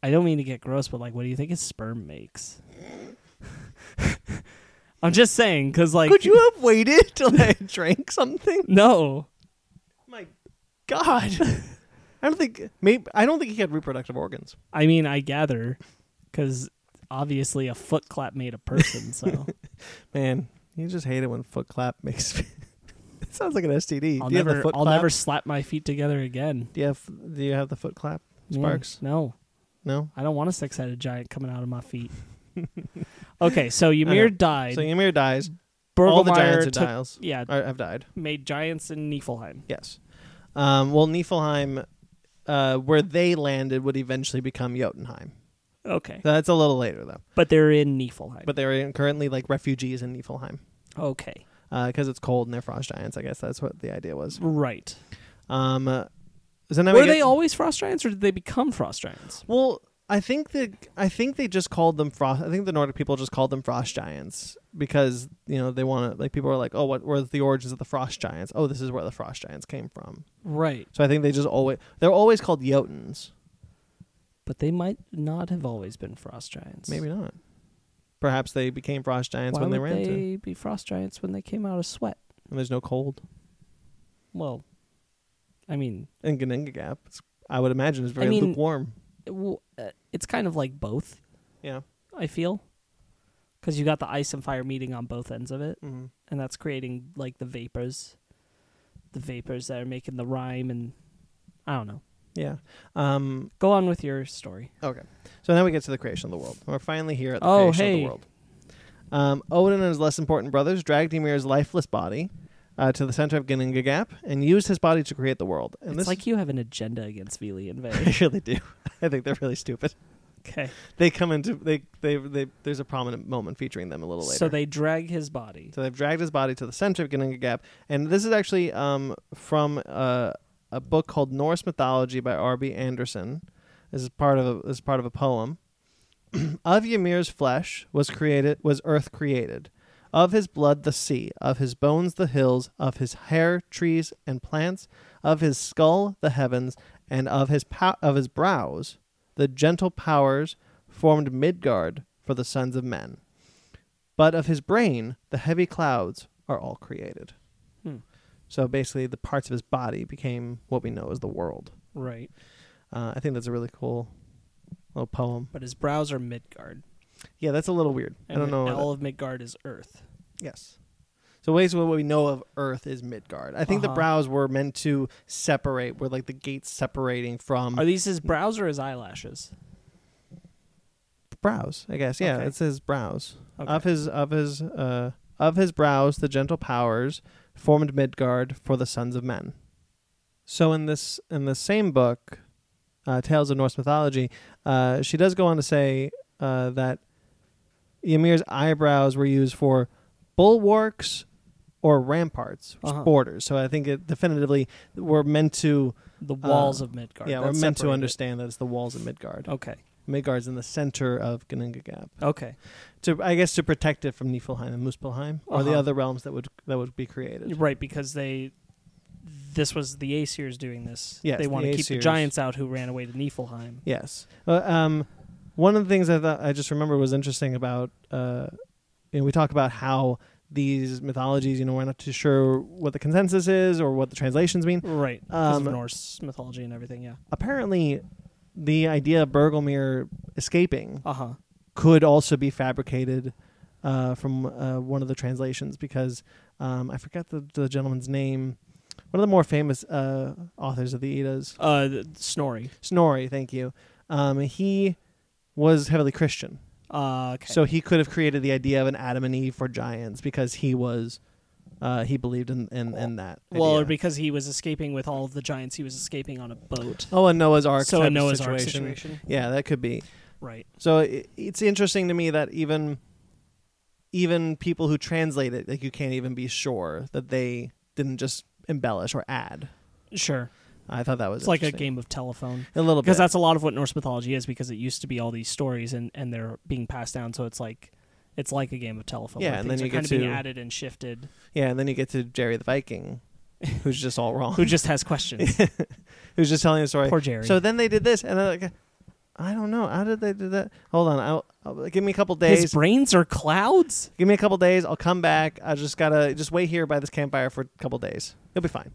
S2: I don't mean to get gross, but like, what do you think his sperm makes? I'm just saying, because like,
S1: Could you have waited till I drank something?
S2: No,
S1: My God, I don't think. Maybe I don't think he had reproductive organs.
S2: I mean, I gather, because obviously a foot clap made a person. So
S1: Man, you just hate it when foot clap makes. it sounds like an STD.
S2: I'll
S1: Do you have
S2: never,
S1: a foot
S2: I'll
S1: clap?
S2: never slap my feet together again.
S1: Do you have Do you have the foot clap?
S2: Man,
S1: Sparks?
S2: no,
S1: No.
S2: I don't want a six-headed giant coming out of my feet. okay, so Ymir
S1: Okay,
S2: died.
S1: So Ymir dies. All the
S2: Bergelmir
S1: giants
S2: took,
S1: have dies.
S2: yeah,
S1: Or have died.
S2: made giants in Niflheim.
S1: Yes. Um, well, Niflheim, uh, where they landed, would eventually become Jotunheim.
S2: Okay,
S1: That's a little later though.
S2: but they're in Niflheim.
S1: But they're in- currently like refugees in Niflheim
S2: okay.
S1: because it's cold and they're frost giants. I guess that's what the idea was.
S2: Right.
S1: Um, uh, so now we
S2: Were
S1: get-
S2: they always frost giants, or did they become frost giants?
S1: Well, I think the I think they just called them frost. I think the Nordic people just called them frost giants because you know they want to like people are like, oh, what were the origins of the frost giants? Oh, this is where the frost giants came from.
S2: Right,
S1: So I think they just always they're always called Jotuns.
S2: but they might not have always been frost giants.
S1: Maybe not. Perhaps they became frost giants
S2: Why
S1: when they
S2: would
S1: ran
S2: they
S1: to.
S2: be frost giants when they came out of sweat?
S1: And there's no cold
S2: Well, I mean,
S1: in Ganinga Gap. It's, I would imagine it's very
S2: mean-
S1: lukewarm.
S2: it w- uh, it's kind of like both.
S1: Yeah.
S2: I feel because you got the ice and fire meeting on both ends of it,
S1: Mm-hmm.
S2: and that's creating like the vapors, the the vapors that are making the rhyme and I don't know.
S1: Yeah. Um,
S2: Go on with your story.
S1: okay. So now we get to the creation of the world. We're finally here at the
S2: Oh,
S1: creation of
S2: hey.
S1: the world. Um, Odin and his less important brothers dragged Ymir's lifeless body uh, to the center of Ginnungagap and used his body to create the world. And
S2: it's
S1: this
S2: like you have an agenda against Vili and
S1: I
S2: Vay.
S1: really do. I think they're really stupid.
S2: okay.
S1: They come into they they they. There's a prominent moment featuring them a little later.
S2: So they drag his body.
S1: So they've dragged his body to the center of Ginnungagap, And this is actually um, from uh, a book called Norse Mythology by R.B. Anderson. This is part of a, this is part of a poem. of Ymir's flesh was created was earth created. Of his blood the sea, of his bones the hills, of his hair trees and plants, of his skull the heavens, and of his pow- of his brows the gentle powers formed Midgard for the sons of men but of his brain the heavy clouds are all created
S2: Hmm.
S1: so basically the parts of his body became what we know as the world
S2: Right.
S1: uh, i think that's a really cool little poem
S2: But his brows are Midgard.
S1: yeah that's a little weird i don't know what
S2: All of Midgard is Earth.
S1: that- yes so basically what we know of earth is midgard i think the
S2: Uh-huh.
S1: brows were meant to separate were like the gates separating from
S2: Are these his brows or his eyelashes?
S1: brows i guess yeah
S2: Okay.
S1: it says brows
S2: Okay.
S1: of his of his uh, of his brows the gentle powers formed Midgard for the sons of men. So in this in the same book, uh, Tales of Norse Mythology, uh, she does go on to say uh, that Ymir's eyebrows were used for bulwarks or ramparts, which is
S2: Uh-huh.
S1: borders. So I think it definitively were meant to
S2: the walls
S1: uh,
S2: of Midgard.
S1: yeah
S2: that Oh.
S1: were meant to
S2: separate it.
S1: understand that it's the walls of Midgard.
S2: Okay.
S1: Midgard's in the center of Ginnungagap
S2: Okay.
S1: to I guess to protect it from Niflheim and Muspelheim or the
S2: Uh-huh.
S1: other realms that would that would be created.
S2: Right, because they this was the Aesir's doing this.
S1: Yes,
S2: they want
S1: the
S2: to keep the
S1: Aesir's.
S2: giants out who ran away to Niflheim.
S1: Yes. Uh, um, one of the things I thought I just remember was interesting about uh, you know we talk about how these mythologies you know we're not too sure what the consensus is or what the translations mean.
S2: Right. Because
S1: Um,
S2: of Norse mythology and everything, yeah.
S1: Apparently, the idea of Bergelmir escaping
S2: Uh huh.
S1: could also be fabricated uh, from uh, one of the translations because um, I forgot the, the gentleman's name. One of the more famous uh, authors of the Eddas,
S2: Uh th- Snorri.
S1: Snorri, thank you. Um, he was heavily Christian,
S2: Uh okay.
S1: so he could have created the idea of an Adam and Eve for giants because he was uh, he believed in in, in that.
S2: well,
S1: idea.
S2: because he was escaping with all of the giants, he was escaping on a boat.
S1: oh, a Noah's Ark.
S2: so
S1: type
S2: a
S1: of
S2: Noah's
S1: situation.
S2: Ark situation.
S1: Yeah, that could be.
S2: Right.
S1: So it, it's interesting to me that even even people who translate it, like you can't even be sure that they didn't just embellish or add.
S2: Sure.
S1: I thought that was
S2: It's like a
S1: interesting.
S2: game of telephone.
S1: a little bit
S2: Because that's a lot of what Norse mythology is because it used to be all these stories and, and they're being passed down, so it's like it's like a game of telephone.
S1: Yeah,
S2: where
S1: and then
S2: things
S1: you
S2: are
S1: get
S2: kind of being
S1: to-
S2: added and shifted.
S1: yeah, and then you get to Jerry the Viking, who's just all wrong,
S2: Who just has questions?
S1: who's just telling the story.
S2: Poor Jerry.
S1: So then they did this, and they're like, I don't know, how did they do that? Hold on, I'll, I'll give me a couple
S2: His
S1: days.
S2: brains are clouds.
S1: give me a couple days. I'll come back. I just gotta just wait here by this campfire for a couple days. You'll be fine.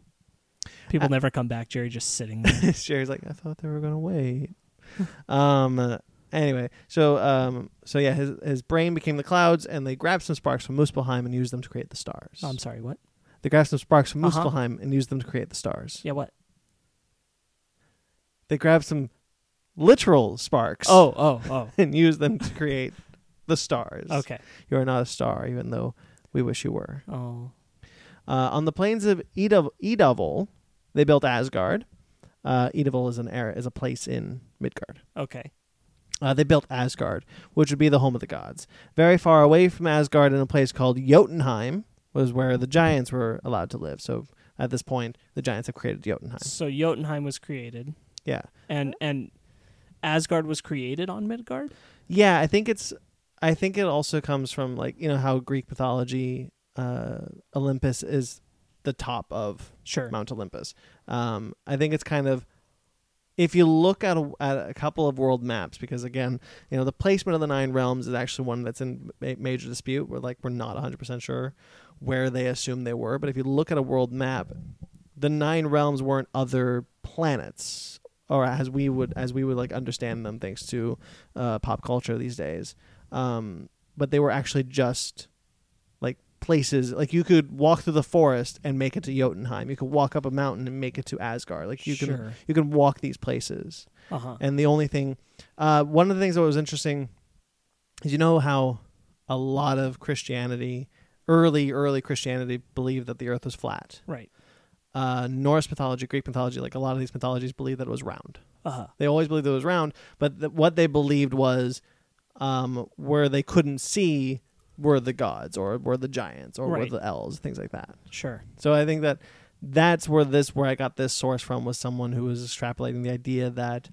S2: People
S1: Uh,
S2: never come back. Jerry just sitting there.
S1: Sherry's like, I thought they were gonna wait. um. Anyway, so um, so yeah, his his brain became the clouds, and they grabbed some sparks from Muspelheim and used them to create the stars.
S2: oh, I'm sorry. What?
S1: They grabbed some sparks from
S2: Uh-huh.
S1: Muspelheim and used them to create the stars.
S2: Yeah. What?
S1: They grabbed some literal sparks.
S2: Oh. Oh.
S1: And used them to create the stars.
S2: Oh. Okay.
S1: You are not a star, even though we wish you were.
S2: Oh.
S1: Uh, on the plains of Edav- Edavol, they built Asgard. Uh, Edavol is an era, is a place in Midgard.
S2: Okay.
S1: Uh, they built Asgard, which would be the home of the gods. Very far away from Asgard, in a place called Jotunheim, was where the giants were allowed to live. So at this point, the giants have created Jotunheim.
S2: So Jotunheim was created,
S1: Yeah,
S2: and and Asgard was created on Midgard.
S1: yeah. I think it's. I think it also comes from like you know how Greek mythology, uh, Olympus is the top of
S2: Sure.
S1: Mount Olympus. Um, I think it's kind of if you look at a, at a couple of world maps, because again, you know, the placement of the nine realms is actually one that's in ma- major dispute. We're like we're not 100 percent sure where they assume they were, but if you look at a world map, the nine realms weren't other planets, or as we would as we would like understand them thanks to uh, pop culture these days. Um, but they were actually just like places. Like you could walk through the forest and make it to Jotunheim. You could walk up a mountain and make it to Asgard. Like you can
S2: Sure.
S1: you can walk these places.
S2: Uh huh.
S1: And the only thing, uh, one of the things that was interesting is you know how a lot of Christianity, early early Christianity, believed that the Earth was flat.
S2: Right.
S1: Uh, Norse mythology, Greek mythology, like a lot of these mythologies, believed that it was round.
S2: Uh huh.
S1: They always believed it was round, but th- what they believed was um, where they couldn't see were the gods or were the giants or
S2: Right.
S1: were the elves, things like that.
S2: Sure.
S1: So I think that that's where this where I got this source from was someone who was extrapolating the idea that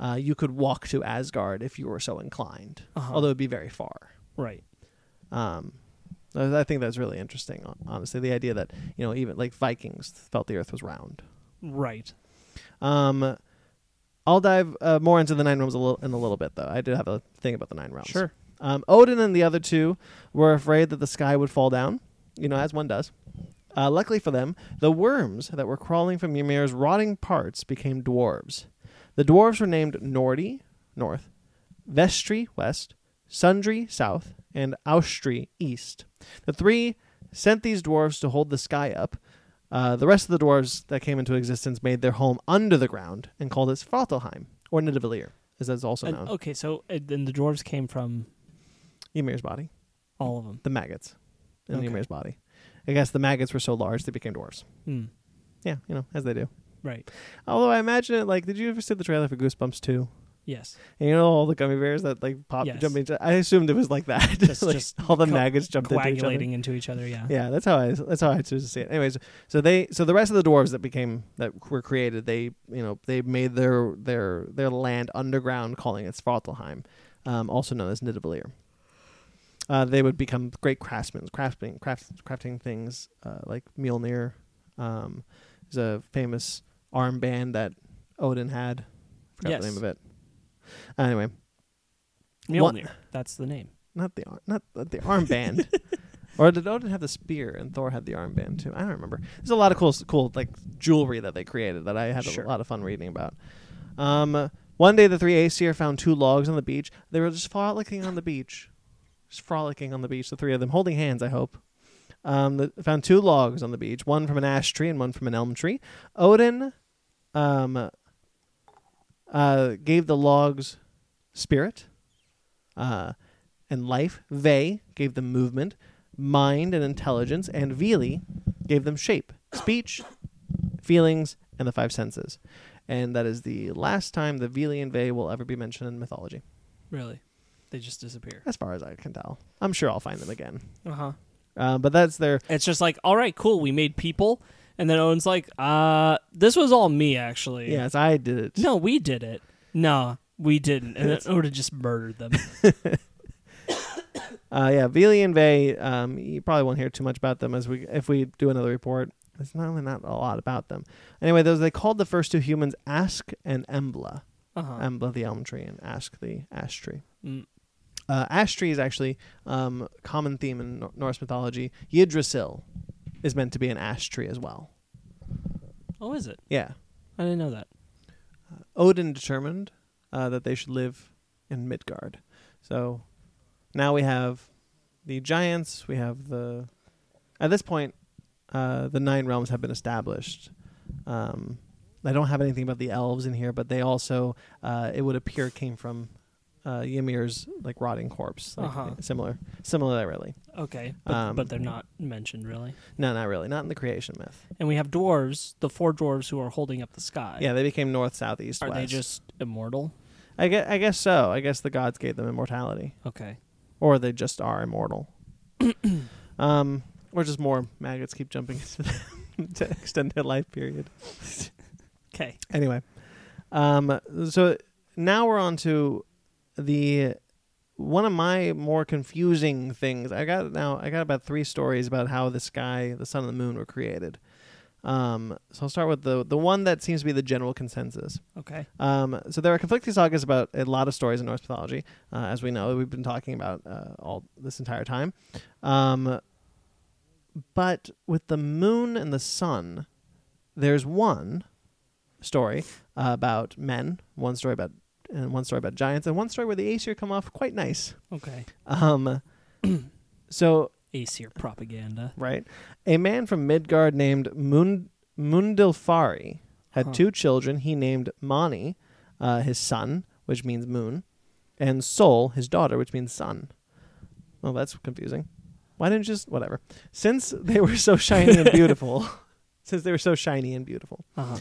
S1: uh, you could walk to Asgard if you were so inclined,
S2: Uh-huh.
S1: although it'd be very far.
S2: Right.
S1: Um, I I think that's really interesting. hon- Honestly, the idea that you know even like Vikings felt the Earth was round.
S2: Right.
S1: Um, I'll dive uh, more into the nine realms a little in a little bit, though. I did have a thing about the nine realms.
S2: Sure.
S1: Um, Odin and the other two were afraid that the sky would fall down, you know, as one does. Uh, luckily for them, the worms that were crawling from Ymir's rotting parts became dwarves. The dwarves were named Nordi, north, Vestri, west, Sundri, south, and Austri, east. The three sent these dwarves to hold the sky up. Uh, the rest of the dwarves that came into existence made their home under the ground and called it Svartalheim, or Nidavellir, as that's also
S2: And-
S1: known.
S2: okay. So uh, then the dwarves came from
S1: Ymir's body.
S2: all of them.
S1: the maggots in
S2: Okay.
S1: Ymir's body. I guess the maggots were so large they became dwarves.
S2: Hmm.
S1: Yeah, you know, as they do.
S2: Right.
S1: Although I imagine it like, did you ever see the trailer for Goosebumps 2?
S2: Yes.
S1: And you know all the gummy bears that like pop
S2: Yes.
S1: jump into I assumed it was like that.
S2: Just-
S1: Like,
S2: just
S1: all the
S2: co-
S1: maggots jumped into each other.
S2: Coagulating into each other. Yeah.
S1: Yeah, that's how I that's how I choose to see it. Anyways, so they so the rest of the dwarves that became that were created, they you know they made their their their land underground, calling it Svartalheim, um, also known as Nidavellir. Uh, they would become great craftsmen, crafting craft, crafting things uh, like Mjolnir. Um, is a famous armband that Odin had. Forgot
S2: Yes.
S1: the name of it. Anyway, What-
S2: Mjolnir. That's the name.
S1: not the ar- not the the armband. or did Odin have the spear and Thor had the armband too? I don't remember. There's a lot of cool s- cool like jewelry that they created that I had
S2: Sure.
S1: a lot of fun reading about. Um, one day the three Aesir found two logs on the beach. They were just frolicking on the beach, just frolicking on the beach. The three of them holding hands. I hope. Um, the, found two logs on the beach, one from an ash tree and one from an elm tree. Odin, um, uh, gave the logs spirit, uh, and life. Ve gave them movement, mind and intelligence, and Vili gave them shape, speech, feelings, and the five senses. And that is the last time the Vili and Ve will ever be mentioned in mythology,
S2: Really. They just disappear.
S1: as far as I can tell. I'm sure I'll find them again.
S2: Uh huh.
S1: Uh, but that's their
S2: It's just like, all right, cool. We made people, and then Owen's like, uh, this was all me actually.
S1: yes, I did it.
S2: No, we did it. No, we didn't. And then Oda just murdered them.
S1: Uh, yeah, Vili and Ve. Um, you probably won't hear too much about them as we if we do another report. There's not really not a lot about them. Anyway, those they called the first two humans Ask and Embla.
S2: Uh-huh.
S1: Embla the elm tree and Ask the ash tree.
S2: Mm.
S1: Uh, ash tree is actually um, common theme in Nor- Norse mythology. Yggdrasil is meant to be an ash tree as well.
S2: Oh, is it?
S1: Yeah,
S2: I didn't know that.
S1: Odin determined uh, that they should live in Midgard. So now we have the giants. We have the at this point uh, the nine realms have been established. Um, I don't have anything about the elves in here, but they also uh, it would appear came from uh, Ymir's like rotting corpse, like,
S2: Uh-huh.
S1: similar similarly.
S2: Okay, but,
S1: Um,
S2: but they're not mentioned really.
S1: No, not really, not in the creation myth.
S2: And we have dwarves, the four dwarves who are holding up the sky.
S1: Yeah, they became north, south, east,
S2: Are
S1: west.
S2: they just immortal?
S1: I guess, I guess so. I guess the gods gave them immortality.
S2: Okay.
S1: or they just are immortal. um, or just more maggots keep jumping into them to extend their life period.
S2: Okay.
S1: Anyway, um, so now we're on to the one of my more confusing things. I got now. I got about three stories about how the sky, the sun, and the moon were created. Um, so I'll start with the the one that seems to be the general consensus.
S2: Okay.
S1: Um, so there are conflicting sagas about a lot of stories in Norse mythology, uh, as we know. We've been talking about uh, all this entire time. Um, but with the moon and the sun, there's one story uh, about men, one story about and one story about giants, and one story where the Aesir come off quite nice.
S2: Okay.
S1: Um, so
S2: Aesir propaganda.
S1: right? A man from Midgard named Mund- Mundilfari had
S2: Huh.
S1: two children he named Mani, uh, his son, which means moon, and Sol, his daughter, which means sun. Well, that's confusing. Why didn't you just whatever? Since they were so shiny and beautiful, since they were so shiny and beautiful,
S2: Uh-huh.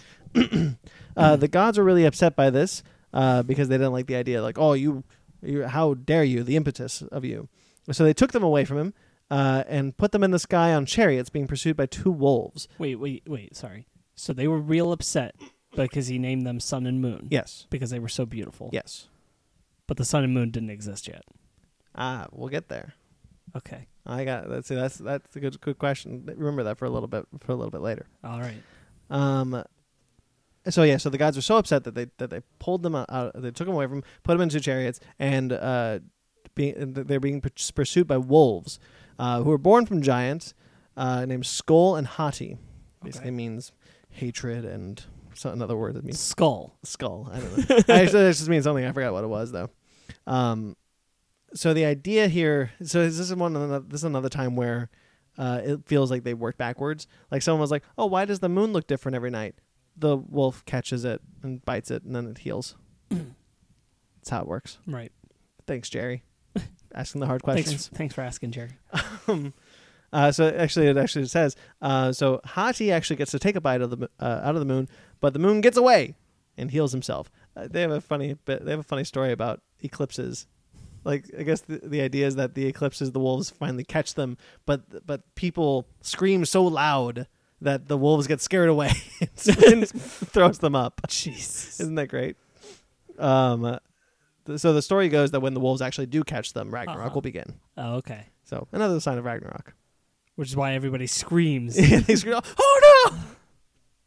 S1: uh, the gods were really upset by this uh, because they didn't like the idea, like, oh, you, you, how dare you, the impetus of you. So they took them away from him uh, and put them in the sky on chariots being pursued by two wolves.
S2: Wait, wait, wait. Sorry. So they were real upset because he named them Sun and Moon.
S1: Yes.
S2: Because they were so beautiful.
S1: Yes.
S2: But the Sun and Moon didn't exist yet.
S1: Ah, we'll get there.
S2: Okay.
S1: I got that's that's that's a good good question. Remember that for a little bit for a little bit later.
S2: All right.
S1: Um, so yeah, so the gods were so upset that they that they pulled them out, out they took them away from, 'em, put them into chariots, and uh, being and they're being purs- pursued by wolves, uh, who were born from giants, uh, named Skull and Hati. Basically
S2: Okay.
S1: means hatred and so another word that means
S2: Skull.
S1: skull. I don't know. Actually, that just means something. I forgot what it was though. Um, so the idea here. So is this is one. another- This is another time where uh, it feels like they work backwards. Like someone was like, "Oh, why does the moon look different every night?" The wolf catches it and bites it, and then it heals. That's how it works.
S2: Right.
S1: Thanks, Jerry. Asking the hard
S2: Thanks,
S1: questions.
S2: thanks for asking, Jerry.
S1: Uh, so actually, it actually says uh, so. Hati actually gets to take a bite of the mo- uh, out of the moon, but the moon gets away and heals himself. Uh, they have a funny bit. They have a funny story about eclipses. Like I guess the, the idea is that the eclipses, the wolves finally catch them, but but people scream so loud that the wolves get scared away and throws them up.
S2: Jeez.
S1: Isn't that great? Um, uh, th- so the story goes that when the wolves actually do catch them, Ragnarok
S2: Uh-huh.
S1: will begin.
S2: Oh, okay.
S1: So another sign of Ragnarok.
S2: Which is why everybody screams.
S1: Yeah, they scream, oh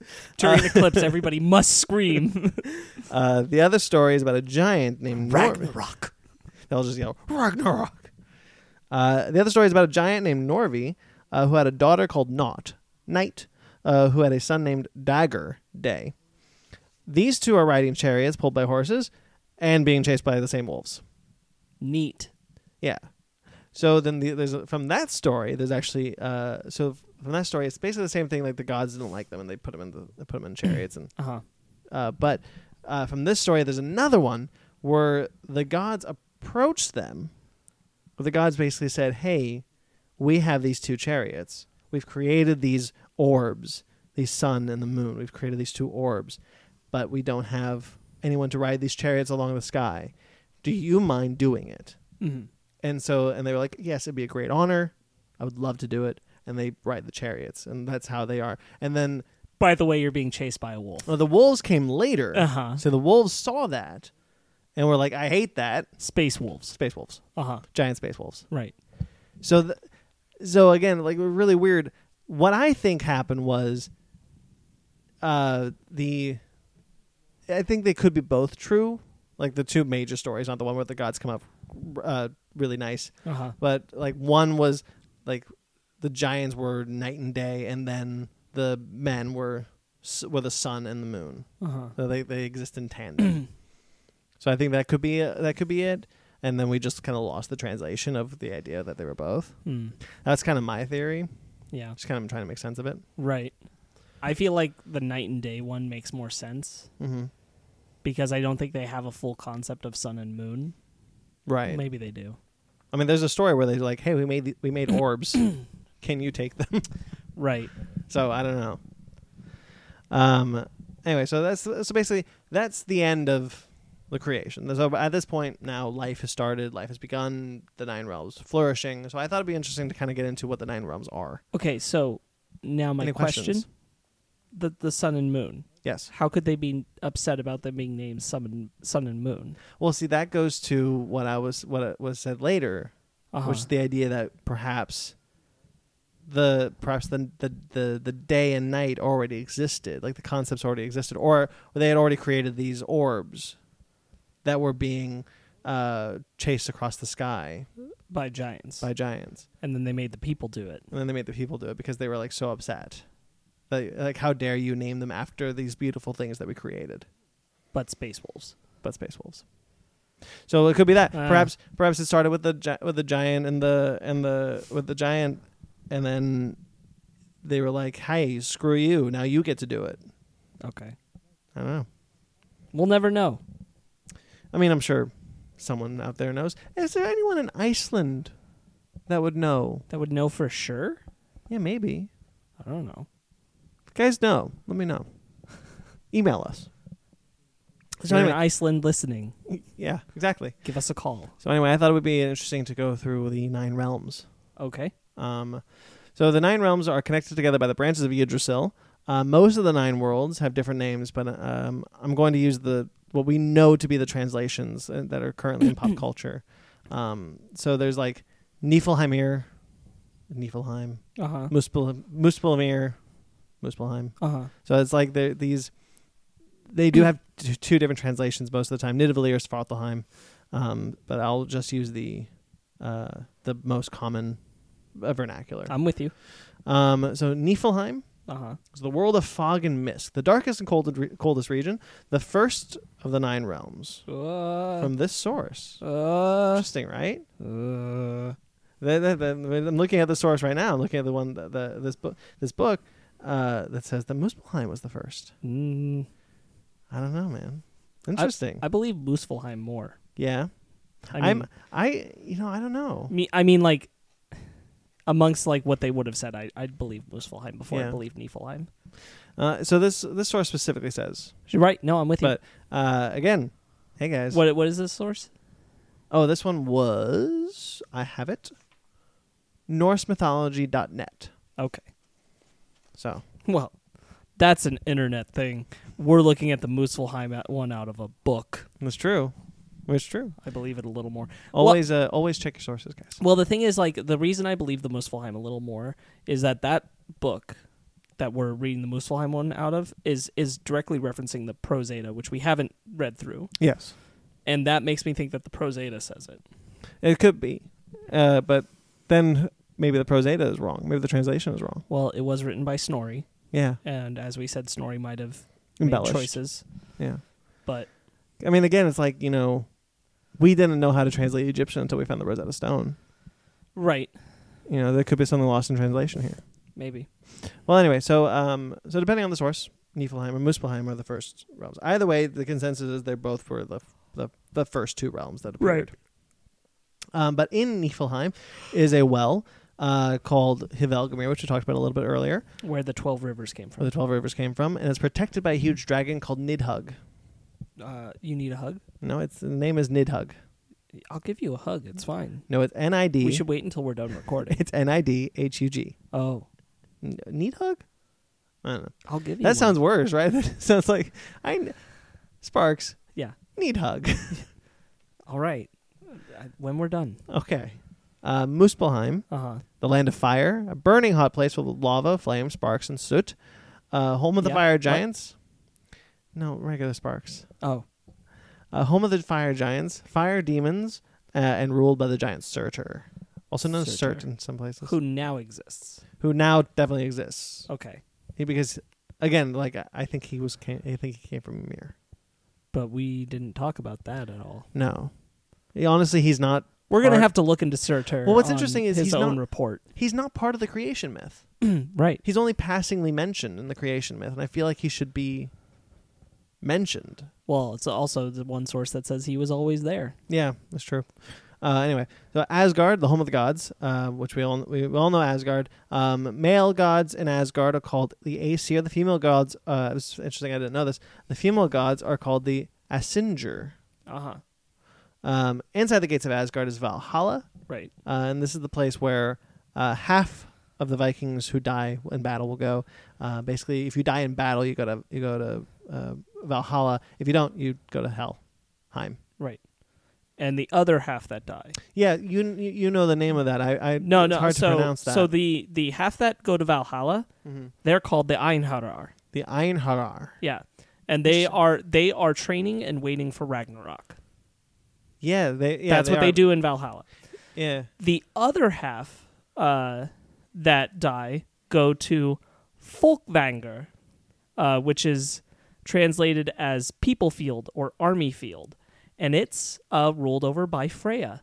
S1: no!
S2: During the clips, everybody must scream.
S1: Uh, the other story is about a giant named Norvi.
S2: Ragnarok.
S1: They'll just yell, Ragnarok. Uh, the other story is about a giant named Norvi uh, who had a daughter called Naught, Night, uh, who had a son named Dagger, Day. These two are riding chariots pulled by horses and being chased by the same wolves.
S2: Neat.
S1: Yeah. So then the, there's a, from that story there's actually uh, so from that story it's basically the same thing like the gods didn't like them and they put them in the they put them in chariots and
S2: Uh huh.
S1: Uh, but uh, from this story, there's another one where the gods approached them. The gods basically said, "Hey, we have these two chariots. We've created these orbs, the sun and the moon. We've created these two orbs, but we don't have anyone to ride these chariots along the sky. Do you mind doing it?"
S2: hmm
S1: And so, and they were like, "Yes, it'd be a great honor. I would love to do it." And they ride the chariots, and that's how they are. And then
S2: By the way, you're being chased by a wolf.
S1: well, the wolves came later.
S2: Uh-huh.
S1: So the wolves saw that and were like, I hate that.
S2: Space wolves.
S1: Space wolves,
S2: Uh huh.
S1: giant space wolves.
S2: Right.
S1: So, th- so again, like really weird. What I think happened was, uh, the, I think they could be both true. Like the two major stories, not the one where the gods come up, uh, really nice.
S2: Uh huh.
S1: But like one was like the giants were night and day, and then the men were s- were the sun and the moon.
S2: Uh huh.
S1: So they they exist in tandem. so I think that could be uh, that could be it. And then we just kind of lost the translation of the idea that they were both.
S2: Hmm.
S1: That's kind of my theory.
S2: Yeah.
S1: Just kind of trying to make sense of it.
S2: Right. I feel like the night and day one makes more sense
S1: Mm-hmm.
S2: because I don't think they have a full concept of sun and moon.
S1: Right.
S2: Maybe they do.
S1: I mean, there's a story where they're like, "Hey, we made the, we made orbs. Can you take them?"
S2: Right.
S1: so I don't know. Um. Anyway, so that's so basically that's the end of the creation. So at this point now, life has started. Life has begun. The nine realms flourishing. So I thought it'd be interesting to kind of get into what the nine realms are.
S2: Okay. So now my
S1: Any
S2: question:
S1: questions?
S2: the the sun and moon.
S1: Yes.
S2: How could they be upset about them being named sun and sun and moon?
S1: Well, see, that goes to what I was what it was said later,
S2: Uh-huh.
S1: which is the idea that perhaps the perhaps the, the the the day and night already existed, like the concepts already existed, or they had already created these orbs that were being uh, chased across the sky
S2: by giants,
S1: by giants,
S2: and then they made the people do it.
S1: and then they made the people do it because they were like so upset. Like, like how dare you name them after these beautiful things that we created?
S2: But space wolves.
S1: But space wolves. So it could be that.
S2: Ah.
S1: perhaps perhaps it started with the gi- with the giant and the and the with the giant, and then they were like, "Hey, screw you! Now you get to do it."
S2: Okay.
S1: I don't know.
S2: We'll never know.
S1: I mean, I'm sure someone out there knows. Is there anyone in Iceland that would know?
S2: That would know for sure.
S1: Yeah, maybe.
S2: I don't know.
S1: Guys, know. Let me know. Email us.
S2: Is
S1: So
S2: there
S1: anyway-
S2: Iceland listening?
S1: Yeah, exactly.
S2: Give us a call.
S1: So anyway, I thought it would be interesting to go through the nine realms.
S2: Okay.
S1: Um, so the nine realms are connected together by the branches of Yggdrasil. Uh, most of the nine worlds have different names, but um, I'm going to use the what we know to be the translations uh, that are currently in pop culture. Um, so there's like Niflheimir, Niflheim,
S2: Uh huh.
S1: Muspel, Muspelheimir, Muspelheim.
S2: Uh huh.
S1: So it's like they're- these. They do have t- two different translations most of the time: Nidavellir or Svartalheim. Um, but I'll just use the uh, the most common uh, vernacular.
S2: I'm with you.
S1: Um, so Niflheim
S2: Uh huh.
S1: is the world of fog and mist, the darkest and coldest, re- coldest region, the first of the nine realms.
S2: Uh,
S1: From this source,
S2: uh,
S1: interesting, right?
S2: uh,
S1: The, the, the, when I'm looking at the source right now. I'm looking at the one the, the this book this book uh, that says that Muspelheim was the first.
S2: mm,
S1: I don't know, man. Interesting.
S2: I believe Muspelheim more.
S1: yeah,
S2: I mean,
S1: I am I you know I don't know.
S2: me, I mean, like amongst like what they would have said, I I believe Muspelheim before I
S1: Yeah.
S2: believe Niflheim.
S1: Uh, so this this source specifically says,
S2: Right? No, I'm with you.
S1: but uh, again, hey guys,
S2: What what is this source?
S1: Oh, this one was I have it. NorseMythology.net.
S2: Okay.
S1: So
S2: Well, that's an internet thing. We're looking at the Muspelheim at- one out of a book.
S1: it's true. It's true.
S2: I believe it a little more.
S1: Always, uh, always check your sources, guys.
S2: Well, the thing is, like, the reason I believe the Muspelheim a little more is that that book that we're reading the Muspelheim one out of is is directly referencing the Prosada, which we haven't read through,
S1: Yes,
S2: and that makes me think that the Prosada says it.
S1: it could be, uh, but then maybe the prosada is wrong. Maybe the translation is wrong.
S2: Well, it was written by Snorri,
S1: Yeah,
S2: and as we said, Snorri might have made
S1: embellished.
S2: choices,
S1: Yeah,
S2: but
S1: I mean, again, it's like you know, we didn't know how to translate Egyptian until we found the Rosetta Stone.
S2: right,
S1: You know, there could be something lost in translation here.
S2: maybe.
S1: Well, anyway, so um, so depending on the source, Niflheim or Muspelheim are the first realms. Either way, the consensus is they're both were the the, the first two realms that appeared. Um, but in Niflheim is a well uh, called Hivelgamir, which we talked about a little bit earlier,
S2: Where the Twelve Rivers came
S1: where
S2: from.
S1: the twelve rivers came from, and it's protected by a huge dragon called Nidhug.
S2: Uh, you need a hug?
S1: No, its the name is Nidhug.
S2: I'll give you a hug. It's fine.
S1: No, it's N I
S2: We
S1: D.
S2: should wait until we're done recording.
S1: It's N I D H U G.
S2: oh,
S1: N- Nidhug. I don't know.
S2: I'll give you. one.
S1: That sounds worse, right? That sounds like I kn- Sparks
S2: Yeah.
S1: Nidhug.
S2: All right. I- When we're done.
S1: Okay. Uh, Muspelheim,
S2: Uh huh.
S1: the land of fire, a burning hot place full of lava, flame, sparks, and soot. Uh, home of the
S2: Yeah,
S1: fire
S2: what?
S1: giants. No, regular sparks.
S2: Oh,
S1: Uh, home of the fire giants, fire demons, uh, and ruled by the giant Surtur. Also known as Surt
S2: Surtur.
S1: in some places.
S2: who now exists?
S1: who now definitely exists.
S2: Okay,
S1: He, because, again, like, I- I think he was, came, I think he came from Ymir.
S2: but we didn't talk about that at all.
S1: No. He- honestly, he's not,
S2: We're gonna
S1: Art-
S2: have to look into Surtur.
S1: Well, what's
S2: on
S1: interesting is
S2: his
S1: he's
S2: own
S1: not-
S2: report.
S1: he's not part of the creation myth.
S2: Right.
S1: he's only passingly mentioned in the creation myth, and I feel like he should be mentioned.
S2: Well, it's also the one source that says he was always there.
S1: Yeah, that's true. Uh, anyway, so Asgard, the home of the gods, uh, which we all we all know Asgard. Um, male gods in Asgard are called the Aesir. The female gods, uh, it was interesting. I didn't know this. The female gods are called the Asinjur.
S2: Uh
S1: Uh-huh.
S2: huh.
S1: Um, inside the gates of Asgard is Valhalla,
S2: Right.
S1: uh, and this is the place where uh, half of the Vikings who die in battle will go. Uh, basically, if you die in battle, you go to you go to uh, Valhalla. If you don't, you go to Hell, Heim.
S2: Right. And the other half that die.
S1: Yeah, you you you know the name of that. I, I
S2: No,
S1: it's
S2: no.
S1: hard
S2: so,
S1: to pronounce that.
S2: so the the half that go to Valhalla,
S1: Mhm.
S2: they're called the Einharar.
S1: the Einharar.
S2: Yeah, and they are they are training and waiting for Ragnarok.
S1: Yeah, they yeah,
S2: That's what they
S1: are.
S2: do in Valhalla.
S1: Yeah,
S2: the other half uh, that die go to Folkvanger, uh, which is translated as people field or army field. and it's uh, ruled over by Freya.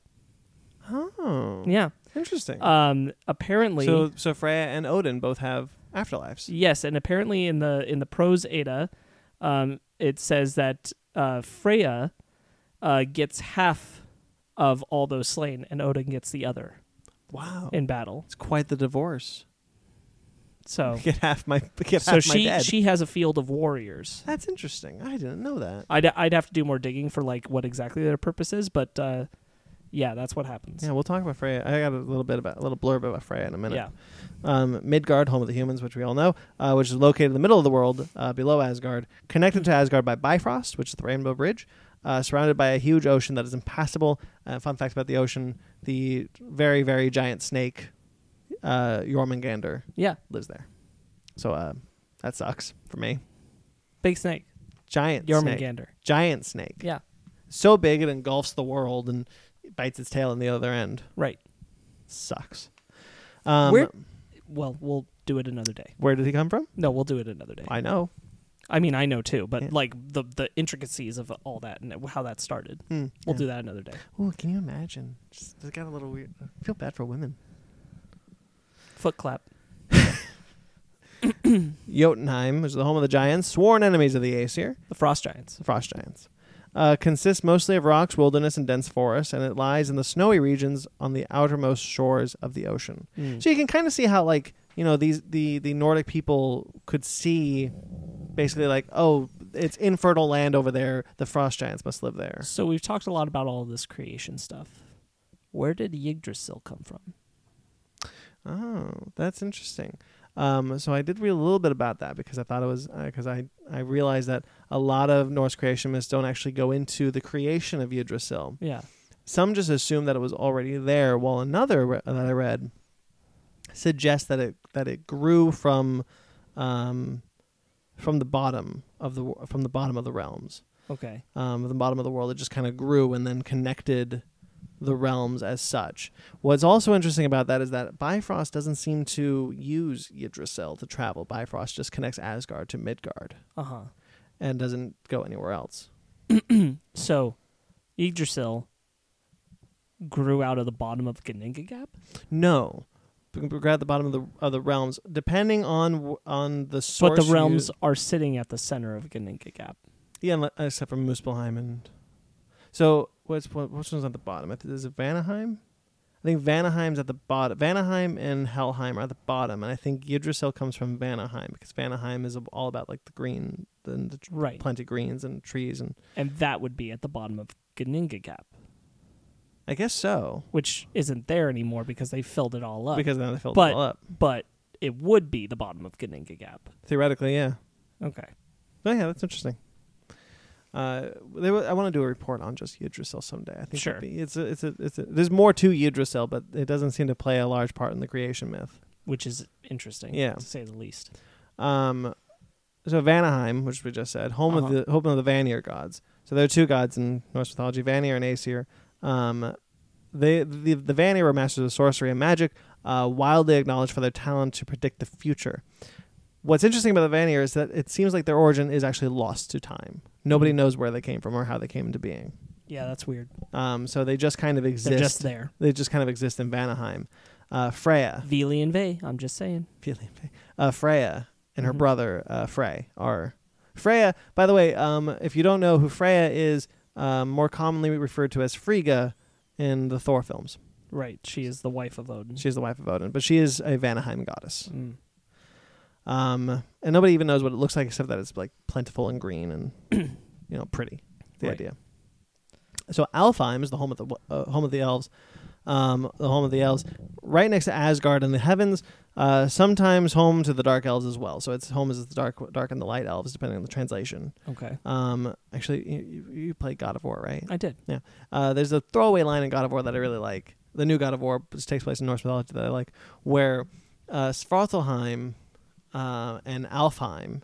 S1: Oh,
S2: Yeah.
S1: interesting.
S2: Um. Apparently.
S1: so, so Freya and Odin both have afterlives.
S2: Yes, and apparently in the in the prose Ada, um, it says that uh, Freya uh, gets half of all those slain, and Odin gets the other
S1: Wow,
S2: in battle.
S1: it's quite the divorce.
S2: So,
S1: Get half my get
S2: Oh. so
S1: half
S2: she
S1: my dead.
S2: she has a field of warriors.
S1: That's interesting. I didn't know that.
S2: I'd I'd have to do more digging for like what exactly their purpose is, but uh, yeah, that's what happens.
S1: Yeah, we'll talk about Freya. I got a little bit about a little blurb about Freya in a minute.
S2: Yeah.
S1: Um, Midgard, home of the humans, which we all know, uh, which is located in the middle of the world, uh, below Asgard, connected to Asgard by Bifrost, which is the Rainbow Bridge, uh, surrounded by a huge ocean that is impassable. Uh, fun fact about the ocean: the very, very giant snake, uh, Jormungandr,
S2: Yeah.
S1: lives there. So uh, that sucks for me.
S2: Big snake,
S1: Giant snake.
S2: Jormungandr.
S1: Giant snake.
S2: Yeah.
S1: So big it engulfs the world and bites its tail on the other end.
S2: Right.
S1: Sucks. Um,
S2: Where- Well, we'll do it another day.
S1: where did he come from?
S2: No, we'll do it another day.
S1: I know.
S2: I mean, I know too, but
S1: Yeah.
S2: like the the intricacies of all that and how that started.
S1: Hmm,
S2: We'll
S1: yeah.
S2: do that another day.
S1: Ooh, can you imagine? Just, it got a little weird. I feel bad for women.
S2: Foot clap.
S1: Jotunheim, which is the home of the giants, sworn enemies of the Aesir,
S2: The Frost Giants.
S1: the frost giants, uh, consists mostly of rocks, wilderness, and dense forests, and it lies in the snowy regions on the outermost shores of the ocean. So you can kind of see how, like, you know, these the the Nordic people could see, basically, like, oh, it's infertile land over there. The frost giants must live there.
S2: So we've talked a lot about all of this creation stuff. Where did Yggdrasil come from?
S1: Oh, that's interesting. Um, so I did read a little bit about that because I thought it was because I I realized that a lot of Norse creation myths don't actually go into the creation of Yggdrasil.
S2: Yeah.
S1: Some just assume that it was already there, while another re- that I read suggests that it that it grew from um, from the bottom of the wo- from the bottom of the realms
S2: Okay.
S1: um, the bottom of the world. It just kind of grew and then connected the realms as such. What's also interesting about that is that Bifrost doesn't seem to use Yggdrasil to travel. Bifrost just connects Asgard to Midgard
S2: Uh huh.
S1: and doesn't go anywhere else.
S2: So Yggdrasil grew out of the bottom of Ganinga Gap?
S1: No. We can Grab the bottom of the of the realms, depending on w- on the source.
S2: but the
S1: you-
S2: realms are sitting at the center of Ganinga Gap.
S1: yeah, unle- except for Muspelheim and. So what's what, which one's at the bottom? I think- Is it Vanaheim? I think Vanaheim's at the bottom. Vanaheim and Helheim are at the bottom, and I think Yggdrasil comes from Vanaheim because Vanaheim is ab- all about like the green, the, the tr-
S2: Right.
S1: plenty of greens and trees, and
S2: And that would be at the bottom of Ganinga Gap,
S1: I guess so
S2: which isn't there anymore because they filled it all up.
S1: because now they filled
S2: but-
S1: it all up.
S2: but it would be the bottom of Ganinga Gap.
S1: Theoretically, yeah.
S2: Okay.
S1: Oh yeah, that's interesting. Uh, they, wa- I want to do a report on just Yggdrasil someday. I think
S2: Sure.
S1: that'd be- it's a, it's a, it's a, there's more to Yggdrasil, but it doesn't seem to play a large part in the creation myth.
S2: Which is interesting,
S1: Yeah.
S2: to say the least.
S1: Um, so Vanaheim, which we just said, home
S2: Uh-huh.
S1: of the home of the Vanir gods. So there are two gods in Norse mythology, Vanir and Aesir. Um, they the, the Vanir were masters of sorcery and magic, uh, wildly acknowledged for their talent to predict the future. What's interesting about the Vanir is that it seems like their origin is actually lost to time. Nobody
S2: Mm-hmm.
S1: knows where they came from or how they came into being.
S2: Yeah, that's weird.
S1: Um, so they just kind of exist.
S2: They're just there.
S1: They just kind of exist in Vanaheim. Uh, Freya,
S2: Vili and Vey, I'm just saying.
S1: Feeling fa- Uh, Freya and her
S2: Mhm.
S1: brother uh, Frey are Freya. By the way, um, if you don't know who Freya is, um, more commonly referred to as Frigga in the Thor films.
S2: Right. She is the wife of Odin.
S1: She's the wife of Odin, but she is a Vanaheim goddess.
S2: Mm.
S1: Um, and nobody even knows what it looks like except that it's like plentiful and green and you know pretty. The
S2: Right.
S1: idea. So Alfheim is the home of the uh, home of the elves, um, the home of the elves, right next to Asgard in the heavens. Uh, sometimes home to the dark elves as well. So its home is the dark, dark and the light elves, depending on the translation.
S2: Okay.
S1: Um, actually, you, you- you play God of War, right?
S2: I did.
S1: Uh, there's a throwaway line in God of War that I really like. The new God of War which takes place in Norse mythology that I like, where uh, Svartalheim uh, and Alfheim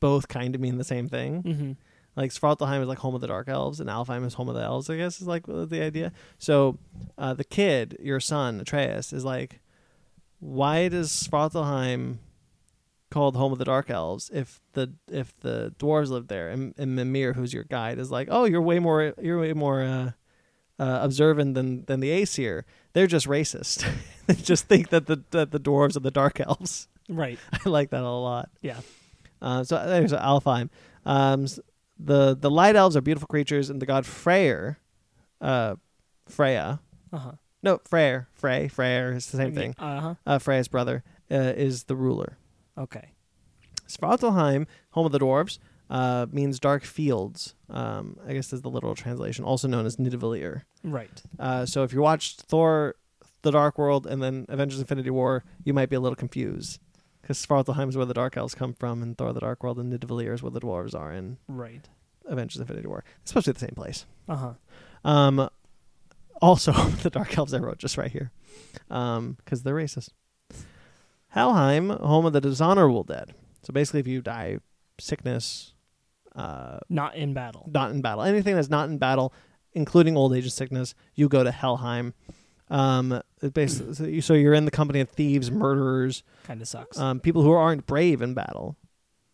S1: both kind of mean the same thing.
S2: Mm-hmm.
S1: Like Svartalheim is like home of the dark elves, and Alfheim is home of the elves. I guess is like the idea. So uh, the kid, your son Atreus, is like, why does Svartalheim called Home of the Dark Elves if the if the dwarves lived there and, and Mimir, who's your guide, is like, oh, you're way more you're way more uh, uh, observant than than the Aesir. They're just racist. they just think that the that the dwarves are the Dark Elves.
S2: Right.
S1: I like that a lot.
S2: Yeah.
S1: Uh, so there's Alfheim. Um, s- the the Light Elves are beautiful creatures, and the god Freyr, uh, Freya.
S2: Uh huh.
S1: No, Freyr, Frey, Freyr is the same thing.
S2: Uh huh.
S1: Uh, Freya's brother uh, is the ruler.
S2: Okay.
S1: Svartalheim, home of the dwarves, uh, means dark fields. Um, I guess is the literal translation, also known as Nidavellir.
S2: Right.
S1: Uh, so if you watched Thor, The Dark World, and then Avengers: Infinity War, you might be a little confused because Svartalheim is where the Dark Elves come from, and Thor: The Dark World, and Nidavellir is where the dwarves are in
S2: Right.
S1: Avengers: Infinity War. It's supposed to be the same place.
S2: Uh huh.
S1: Um, also, the Dark Elves I wrote just right here because they're racist. Helheim, home of the dishonorable dead. So basically, if you die, sickness, uh,
S2: Not in battle.
S1: not in battle, anything that's not in battle, including old age and sickness, you go to Helheim. Um, it basically, so you- so you're in the company of thieves, murderers,
S2: Kind of sucks.
S1: um, people who aren't brave in battle.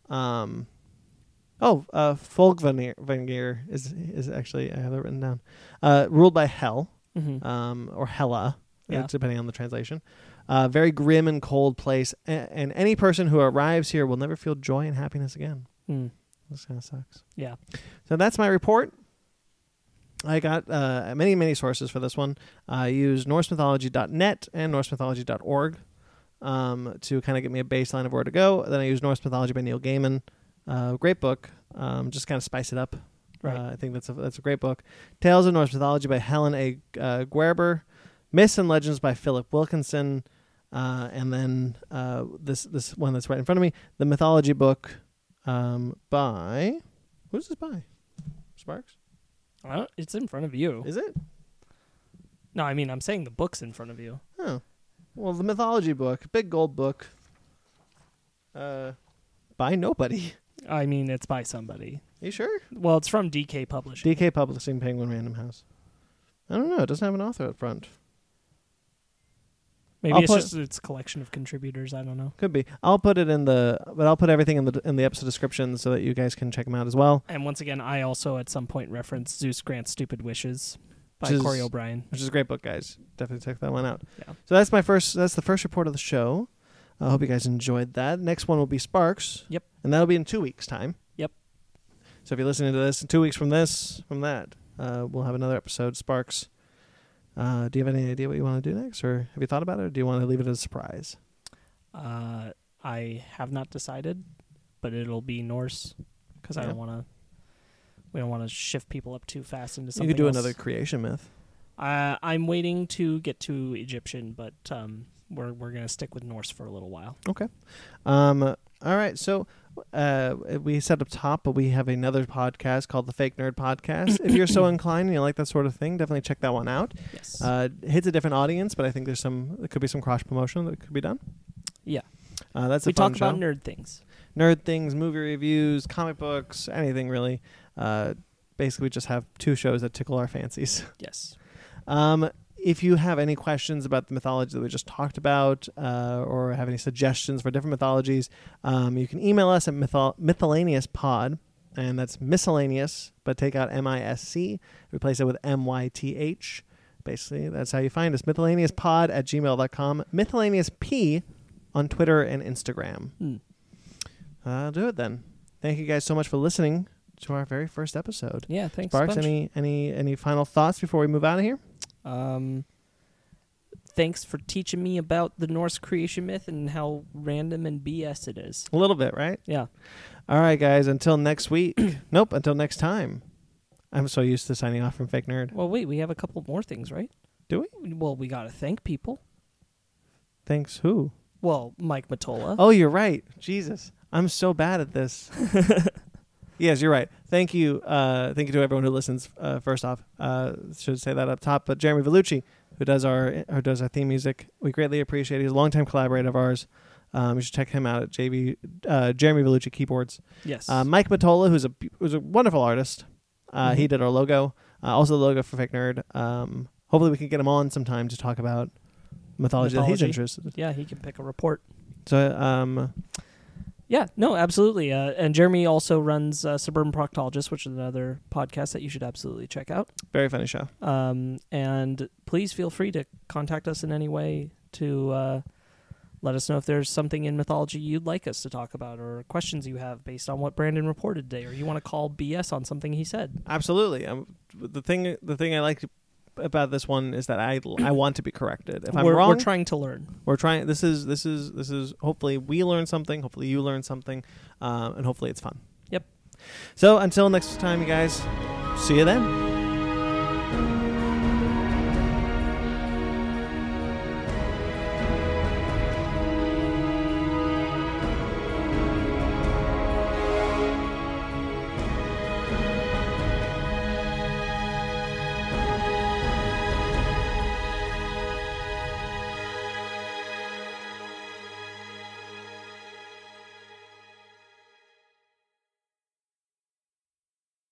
S1: Um, oh, uh, Folkvanir is is actually I have it written down. Uh, ruled by Hel
S2: Mhm.
S1: um, or Hela,
S2: Yeah.
S1: uh, depending on the translation. Uh, very grim and cold place, a- and any person who arrives here will never feel joy and happiness again.
S2: Mm.
S1: This kind of sucks.
S2: Yeah.
S1: So that's my report. I got uh, many, many sources for this one. I used NorseMythology.net and NorseMythology.org um, to kind of get me a baseline of where to go. Then I used Norse Mythology by Neil Gaiman. Uh, great book. Um, just kind of spice it up.
S2: Right.
S1: Uh, I think that's a, that's a great book. Tales of Norse Mythology by Helen A. Uh, Guerber. Myths and Legends by Philip Wilkinson. Uh, and then uh, this this one that's right in front of me, the mythology book um, by who's this by? Sparks?
S2: I don't- it's in front of you.
S1: Is it?
S2: no, I mean I'm saying the book's in front of you.
S1: Oh. Well, the mythology book, big gold book, uh, by nobody.
S2: I mean it's by somebody.
S1: you sure?
S2: Well, it's from DK Publishing.
S1: DK Publishing, Penguin Random House. I don't know. It doesn't have an author up front.
S2: Maybe
S1: I'll
S2: it's
S1: put-
S2: just its collection of contributors. I don't know.
S1: Could be. I'll put it in the, but I'll put everything in the in the episode description so that you guys can check them out as well.
S2: And once again, I also at some point referenced Zeus Grant's "Stupid Wishes" by
S1: Which is-
S2: Corey O'Brien.
S1: which is a great book, guys. Definitely check that one out.
S2: Yeah.
S1: So that's my first. That's the first report of the show. I hope you guys enjoyed that. Next one will be Sparks.
S2: Yep.
S1: And that'll be in two weeks' time.
S2: Yep.
S1: So if you're listening to this in two weeks from this, from that, uh, we'll have another episode. Sparks. Uh, do you have any idea what you want to do next, or have you thought about it, or do you want to leave it as a surprise?
S2: Uh, I have not decided, but it'll be Norse because I
S1: Yeah.
S2: don't want to. We don't want to shift people up too fast into
S1: You
S2: something.
S1: could do
S2: else.
S1: another creation myth.
S2: Uh, I'm waiting to get to Egyptian, but um, we're we're gonna stick with Norse for a little while.
S1: Um, all right, so uh, we said up top, but we have another podcast called the Fake Nerd Podcast. if you're so inclined and you like that sort of thing, definitely check that one out.
S2: Yes.
S1: Uh, it hits a different audience, but I think there's some. There could be some cross promotion that could be done.
S2: Yeah.
S1: uh, that's
S2: we
S1: a fun
S2: talk
S1: show.
S2: about nerd things.
S1: nerd things, movie reviews, comic books, anything really. Uh, basically, we just have two shows that tickle our fancies.
S2: Yes.
S1: Um, if you have any questions about the mythology that we just talked about, uh, or have any suggestions for different mythologies, um, you can email us at mythol- miscellaneouspod, and that's miscellaneous, but take out M I S C, replace it with M Y T H. Basically, that's how you find us miscellaneouspod at gmail.com, miscellaneous P on Twitter and Instagram.
S2: Hmm.
S1: I'll do it then. Thank you guys so much for listening to our very first episode.
S2: Yeah. Thanks. a
S1: Sparks,
S2: bunch.
S1: any any any final thoughts before we move out of here?
S2: Um, thanks for teaching me about the Norse creation myth and how random and BS it is.
S1: A little bit, right?
S2: Yeah.
S1: All right, guys. Until next week. nope. Until next time. I'm so used to signing off from Fake Nerd.
S2: Well, wait, we have a couple more things, right?
S1: Do
S2: we? Well, we got to thank people.
S1: Thanks. Who?
S2: Well, Mike Matola.
S1: Oh, you're right. Jesus, I'm so bad at this. yes, you're right. Thank you. Uh, thank you to everyone who listens. Uh, first off, uh, should say that up top. But Jeremy Vellucci, who does our who does our theme music, we greatly appreciate. He's a longtime collaborator of ours. Um, you should check him out at JV, uh, Jeremy Vellucci Keyboards.
S2: yes.
S1: Uh, Mike Matola, who's a bu- who's a wonderful artist, uh, he
S2: Mhm.
S1: did our logo, uh, also the logo for Fake Nerd. Um, hopefully, we can get him on sometime to talk about mythology, that he's
S2: Mythology.
S1: interested. in.
S2: yeah, he can pick a report.
S1: So, um,
S2: Yeah, no, absolutely. Uh, and Jeremy also runs uh, Suburban Proctologist, which is another podcast that you should absolutely check out.
S1: Very funny show.
S2: Um, and please feel free to contact us in any way to uh, let us know if there's something in mythology you'd like us to talk about or questions you have based on what Brandon reported today, or you want to call BS on something he said.
S1: Absolutely. Um, the thing the thing I like about this one is that I I want to be corrected. If I'm
S2: we're,
S1: wrong,
S2: we're trying to learn.
S1: we're trying. This is this is this is. Hopefully, we learn something. Hopefully, you learn something, um, and hopefully, it's fun.
S2: Yep.
S1: So until next time, you guys. See you then.